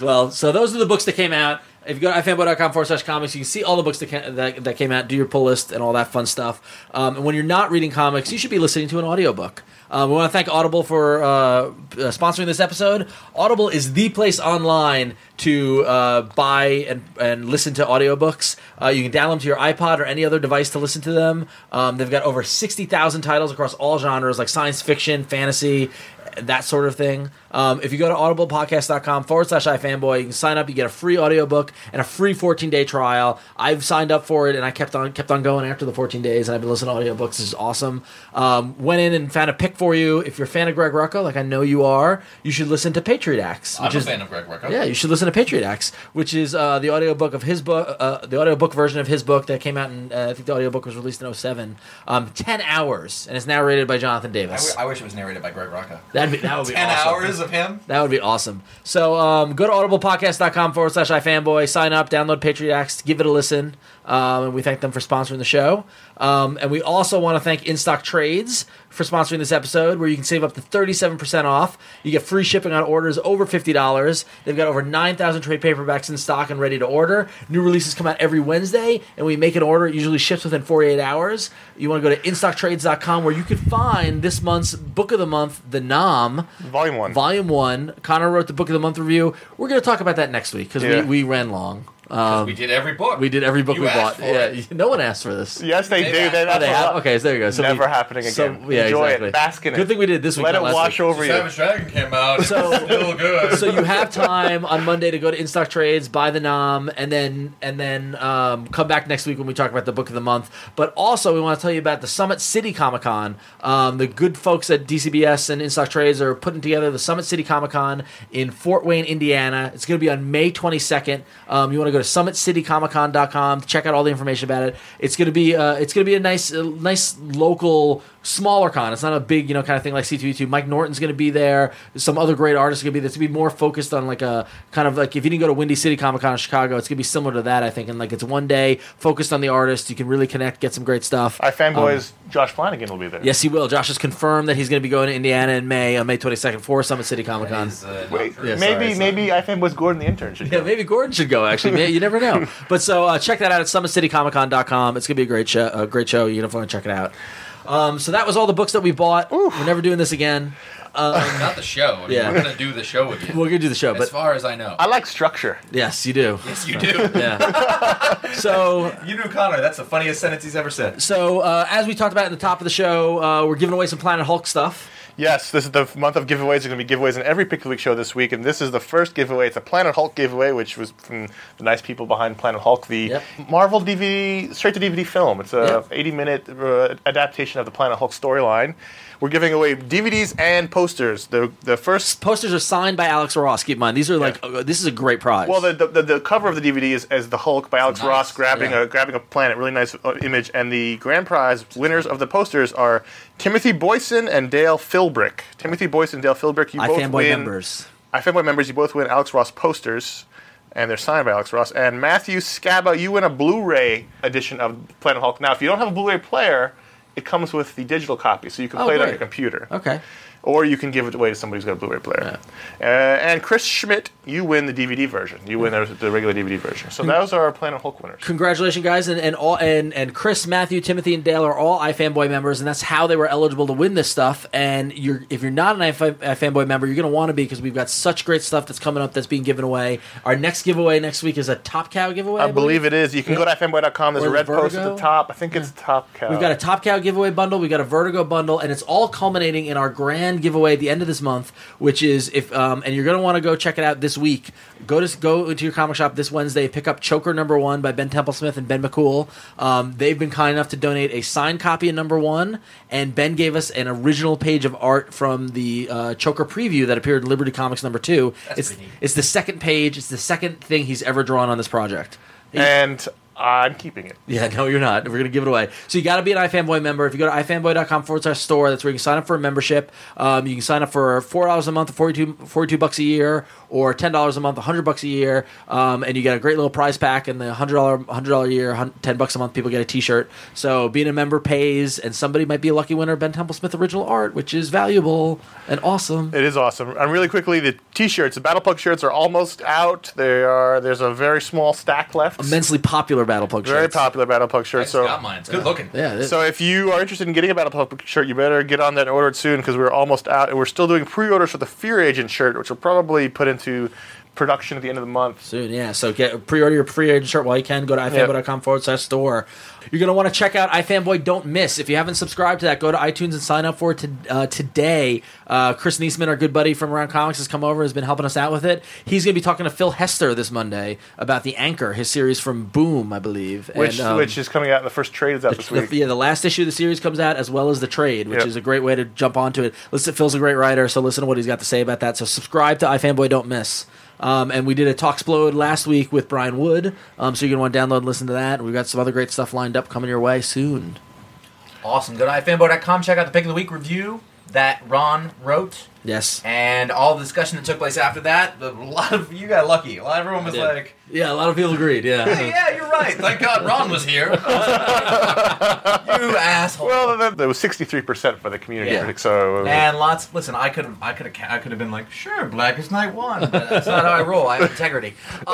S4: Well, so those are the books that came out. If you go to ifanboy.com forward slash comics, you can see all the books that, ca- that, that came out, do your pull list, and all that fun stuff. Um, and when you're not reading comics, you should be listening to an audiobook. Um, we want to thank Audible for uh, uh, sponsoring this episode. Audible is the place online to uh, buy and, and listen to audiobooks. Uh, you can download them to your iPod or any other device to listen to them. Um, they've got over 60,000 titles across all genres, like science fiction, fantasy, that sort of thing. Um, if you go to audiblepodcast.com forward slash ifanboy, you can sign up. You get a free audiobook and a free 14 day trial. I've signed up for it and I kept on kept on going after the 14 days and I've been listening to audiobooks. This is awesome. Um, went in and found a pick for you. If you're a fan of Greg Rucka, like I know you are, you should listen to Patriot Acts.
S3: I'm
S4: which
S3: a
S4: is-
S3: fan of Greg Rucka.
S4: yeah, you should listen to Patriot Acts, which is uh, the audiobook of his book, uh, the audiobook version of his book that came out in, uh, I think the audiobook was released in 07. Um, 10 hours, and it's narrated by Jonathan
S3: I,
S4: Davis.
S3: w- I wish it was narrated by Greg Rucka.
S4: That'd be, that would
S3: *laughs*
S4: be
S3: Ten
S4: awesome.
S3: hours of him.
S4: That would be awesome. So um, go to audiblepodcast.com forward slash ifanboy, sign up, download Patriot Acts, give it a listen. Um, and we thank them for sponsoring the show. Um, and we also want to thank In Stock Trades for sponsoring this episode, where you can save up to 37% off. You get free shipping on orders over $50. They've got over 9,000 trade paperbacks in stock and ready to order. New releases come out every Wednesday, and we make an order. It usually ships within 48 hours. You want to go to instocktrades.com, where you can find this month's book of the month, The Nom.
S1: volume one.
S4: Volume one. Connor wrote the book of the month review. We're going to talk about that next week because
S1: Yeah.
S4: we, we ran long. Um,
S3: We did every book.
S4: we did every book
S3: You
S4: we
S3: asked
S4: bought.
S3: for
S4: Yeah,
S3: it.
S4: no one asked for this.
S1: yes, they
S3: They
S1: do. They
S3: have-
S4: Oh,
S1: that's
S4: they
S1: a
S4: have?
S1: lot.
S4: Okay, so there you go. So
S1: Never
S4: we-
S1: happening
S4: so-
S1: again.
S4: yeah,
S1: Enjoy
S4: exactly.
S1: it. Bask in it.
S4: Good thing we did this week.
S1: Let it
S4: not last
S1: wash
S4: week.
S1: over you.
S3: Savage Dragon came out.
S4: So-
S3: it's still good.
S4: *laughs* so you have time on Monday to go to In Stock Trades, buy the nom, and then and then um, come back next week when we talk about the book of the month. But also, we want to tell you about the Summit City Comic Con. Um, the good folks at DCBS and In Stock Trades are putting together the Summit City Comic Con in Fort Wayne, Indiana. It's going to be on May 22nd. Um, you want to go to summitcitycomiccon.com to check out all the information about it. It's going to be uh, it's going to be a nice a nice local smaller con. It's not a big, you know, kind of thing like C2E2. Mike Norton's going to be there. Some other great artists are going to be there. It's going to be more focused on like a kind of like if you didn't go to Windy City Comic Con in Chicago, it's going to be similar to that, I think. And like it's one day focused on the artist. You can really connect, get some great stuff.
S1: Our fanboys, Josh Flanagan will be there.
S4: Um, Yes, he will. Josh has confirmed that he's going to be going to Indiana in May, on May 22nd for Summit City Comic Con.
S3: He's, uh,
S1: Wait,
S3: not- sorry,
S1: maybe
S3: it's not-
S1: maybe I fanboys Gordon the intern should.
S4: Yeah,
S1: go.
S4: maybe Gordon should go. Actually, May- you never know. But so uh, check that out at SummitCityComicCon.com. It's gonna be a great show. A great show. You're gonna want to check it out. Um, so that was all the books that we bought. We're never doing this again.
S3: not the show. I mean,
S4: Yeah.
S3: We're gonna do the show again.
S4: We're gonna do the show,
S3: as
S4: but
S3: far as I know.
S1: I like structure.
S4: yes, you do.
S3: yes, you do.
S4: Yeah. so
S3: You do, Connor. That's the funniest sentence he's ever said.
S4: so uh, as we talked about in the top of the show, uh, we're giving away some Planet Hulk stuff.
S1: Yes, this is the month of giveaways. There's going to be giveaways in every Pick of the Week show this week, and this is the first giveaway. It's a Planet Hulk giveaway, which was from the nice people behind Planet Hulk, the
S4: Yep.
S1: Marvel DVD, straight to DVD film. It's a
S4: Yep.
S1: 80 minute uh, adaptation of the Planet Hulk storyline. We're giving away DVDs and posters. The the first.
S4: Posters are signed by Alex Ross. Keep in mind, these are like uh, this is a great prize.
S1: Well, the, the, the, the cover of the DVD is as the Hulk by Alex
S3: Nice.
S1: Ross grabbing
S4: Yeah.
S1: a grabbing a planet, really nice uh, image. And the grand prize winners of the posters are Timothy Boyson and Dale Philbrick. Timothy Boyson, and Dale Philbrick, you
S4: I
S1: both
S4: fanboy
S1: win.
S4: members.
S1: iFanboy members, you both win Alex Ross posters, and they're signed by Alex Ross. And Matthew Scaba, you win a Blu-ray edition of Planet Hulk. Now, if you don't have a Blu-ray player, it comes with the digital copy, so you can
S4: Oh,
S1: play it on
S4: great.
S1: your computer.
S4: Okay.
S1: Or you can give it away to somebody who's got a Blu-ray player. Uh, and Chris Schmidt, you win the DVD version. You win the, the regular DVD version. So those are our Planet Hulk winners.
S4: congratulations guys and, and all and and chris matthew timothy and dale are all ifanboy members and that's how they were eligible to win this stuff and you're if you're not an iFan- ifanboy member you're going to want to be because we've got such great stuff that's coming up that's being given away our next giveaway next week is a top cow giveaway
S1: I believe it is. You can go to ifanboy.com. There's
S4: Or
S1: a red post at
S4: Vertigo?
S1: the top. I think it's top cow.
S4: We've got a Top Cow giveaway bundle, we've got a Vertigo bundle, and it's all culminating in our grand grand giveaway at the end of this month, which is if um, and you're going to want to go check it out this week. Go to go to your comic shop this Wednesday. Pick up Choker Number One by Ben Temple Smith and Ben McCool. Um, they've been kind enough to donate a signed copy of Number One, and Ben gave us an original page of art from the uh, Choker preview that appeared in Liberty Comics Number Two. it's it's the second page. It's the second thing he's ever drawn on this project.
S1: And I'm keeping it.
S4: Yeah, no, you're not. We're going to give it away. So you got to be an iFanboy member. If you go to ifanboy.com forward slash store, that's where you can sign up for a membership. Um, you can sign up for $4 a month, 42, 42 bucks a year, or $10 a month, 100 bucks a year. Um, and you get a great little prize pack and the $100, $100 a year, hun- 10 bucks a month, people get a t-shirt. So being a member pays, and somebody might be a lucky winner of Ben Temple Smith original art, which is valuable and awesome.
S1: It is awesome. And really quickly, the t-shirts, the Battle Plug shirts are almost out. They are. There's a very small stack left.
S4: Immensely popular Battle Plug
S1: very
S4: shirts.
S1: popular Battle Plug
S3: I
S1: shirt.
S3: just
S1: So
S3: got mine. It's good looking.
S4: Yeah, it-
S1: So if you are interested in getting a Battle Public shirt, you better get on that and order it soon because we're almost out, and we're still doing pre-orders for the Fear Agent shirt, which will probably put into production at the end of the month.
S4: soon. Yeah, so get pre-order your pre-order shirt while you can. Go to ifanboy.com forward slash store. You're gonna want to check out ifanboy. Don't miss if you haven't subscribed to that. Go to iTunes and sign up for it to, uh, today. Uh, Chris Niesman, our good buddy from Around Comics, has come over. Has been helping us out with it. He's gonna be talking to Phil Hester this Monday about the Anchor, his series from Boom, I believe.
S1: Which
S4: um,
S1: which is coming out in the first trade is out this
S4: the,
S1: week.
S4: *laughs* yeah, the last issue of the series comes out as well as the trade, which
S1: Yep.
S4: is a great way to jump onto it. Listen, Phil's a great writer, so listen to what he's got to say about that. So subscribe to iFanboy, don't miss. Um, and we did a Talksplode last week with Brian Wood, um, so you're gonna want to download and listen to that. And we've got some other great stuff lined up coming your way soon.
S3: Awesome. Go to ifanboy.com. Check out the pick of the week review that Ron wrote.
S4: Yes.
S3: And all the discussion that took place after that, a lot of you got lucky. A lot of everyone was
S4: did.
S3: like,
S4: Yeah, a lot of people agreed.
S3: "Hey,
S4: Yeah.
S3: "Yeah, you're right. Thank God Ron was here." *laughs* you asshole.
S1: Well, that, that was 63% for the community
S3: Yeah.
S1: critic, so uh,
S3: and lots. Listen, I could, I could, I could have been like, "Sure, Blackest Night won," but that's not how I roll. I have
S4: *laughs*
S3: integrity.
S4: Oh.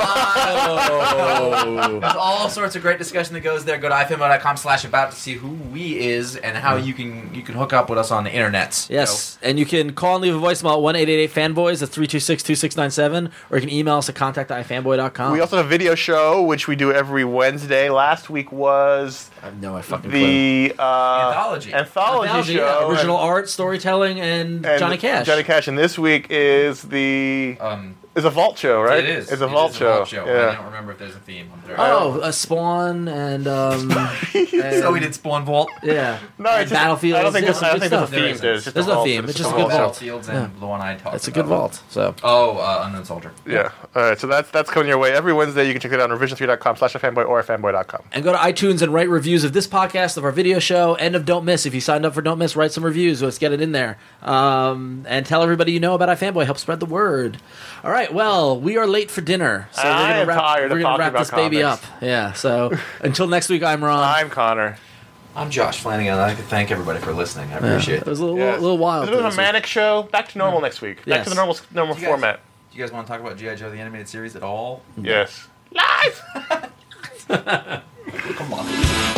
S3: Uh, there's all sorts of great discussion that goes there. Go to ifanboy.com slash about to see who we is and how you can you can hook up with us on the internets. So-
S4: Hmm. Yes, and you can call and leave a voicemail at one eight eight eight fanboys at 326-2697, or you can email us at contact at ifanboy.com.
S1: we also have a video show which we do every Wednesday. Last week was
S4: I have no I fucking clue.
S1: the uh,
S3: Anthology.
S1: anthology
S4: Anthology,
S1: show,
S4: yeah, uh, original
S1: and-
S4: art, storytelling, and,
S1: and
S4: Johnny Cash.
S1: Johnny Cash, and this week is the
S3: Um,
S1: is a vault show, right?
S3: It is.
S1: It's
S3: It
S1: a vault
S3: is
S1: show.
S3: I
S1: Yeah.
S3: don't remember if there's a theme. I'm sorry.
S4: Oh, uh, Spawn
S1: *laughs*
S4: and um, and-
S3: so we did Spawn Vault.
S4: yeah.
S1: No, it's just,
S4: Battlefield.
S1: I don't think,
S4: Yeah,
S1: this, I don't
S4: good
S1: think there's a
S4: stuff.
S1: theme.
S3: There
S1: There.
S3: isn't.
S1: It's just
S4: There's
S1: a
S4: no
S1: vault.
S4: theme, it's just a
S1: a
S4: good
S1: vault.
S4: vault.
S3: Shields and the one I talked
S4: That's a
S3: about.
S4: good vault. So
S3: Oh, uh, Unknown Soldier.
S1: Yeah. All right. So that's that's coming your way every Wednesday. You can check that out on revision3.com slash fanboy or fanboy.com.
S4: and go to iTunes and write reviews of this podcast, of our video show, and of Don't Miss. If you signed up for Don't Miss, write some reviews. Let's get it in there. Um, and tell everybody you know about iFanboy. Help spread the word. All right. Well, we are late for dinner, so
S1: I
S4: we're gonna
S1: am
S4: wrap,
S1: tired of
S4: we're gonna
S1: talking
S4: wrap
S1: about
S4: this baby up.
S1: comics.
S4: Yeah.
S1: *laughs*
S4: So until next week, I'm Ron.
S1: I'm Connor.
S3: I'm Josh Flanagan. I'd like to thank everybody for listening. I appreciate
S4: it
S3: it.
S4: was a little,
S1: Yeah.
S4: little wild.
S1: It was
S4: this
S1: a
S4: week.
S1: manic show. Back to normal next week. Back
S4: Yes.
S1: to the normal normal
S3: You guys-
S1: format.
S3: Do you guys want to talk about G.I. Joe the
S4: Mm-hmm.
S3: animated series at all?
S1: Yes.
S3: Come on.
S2: Oh,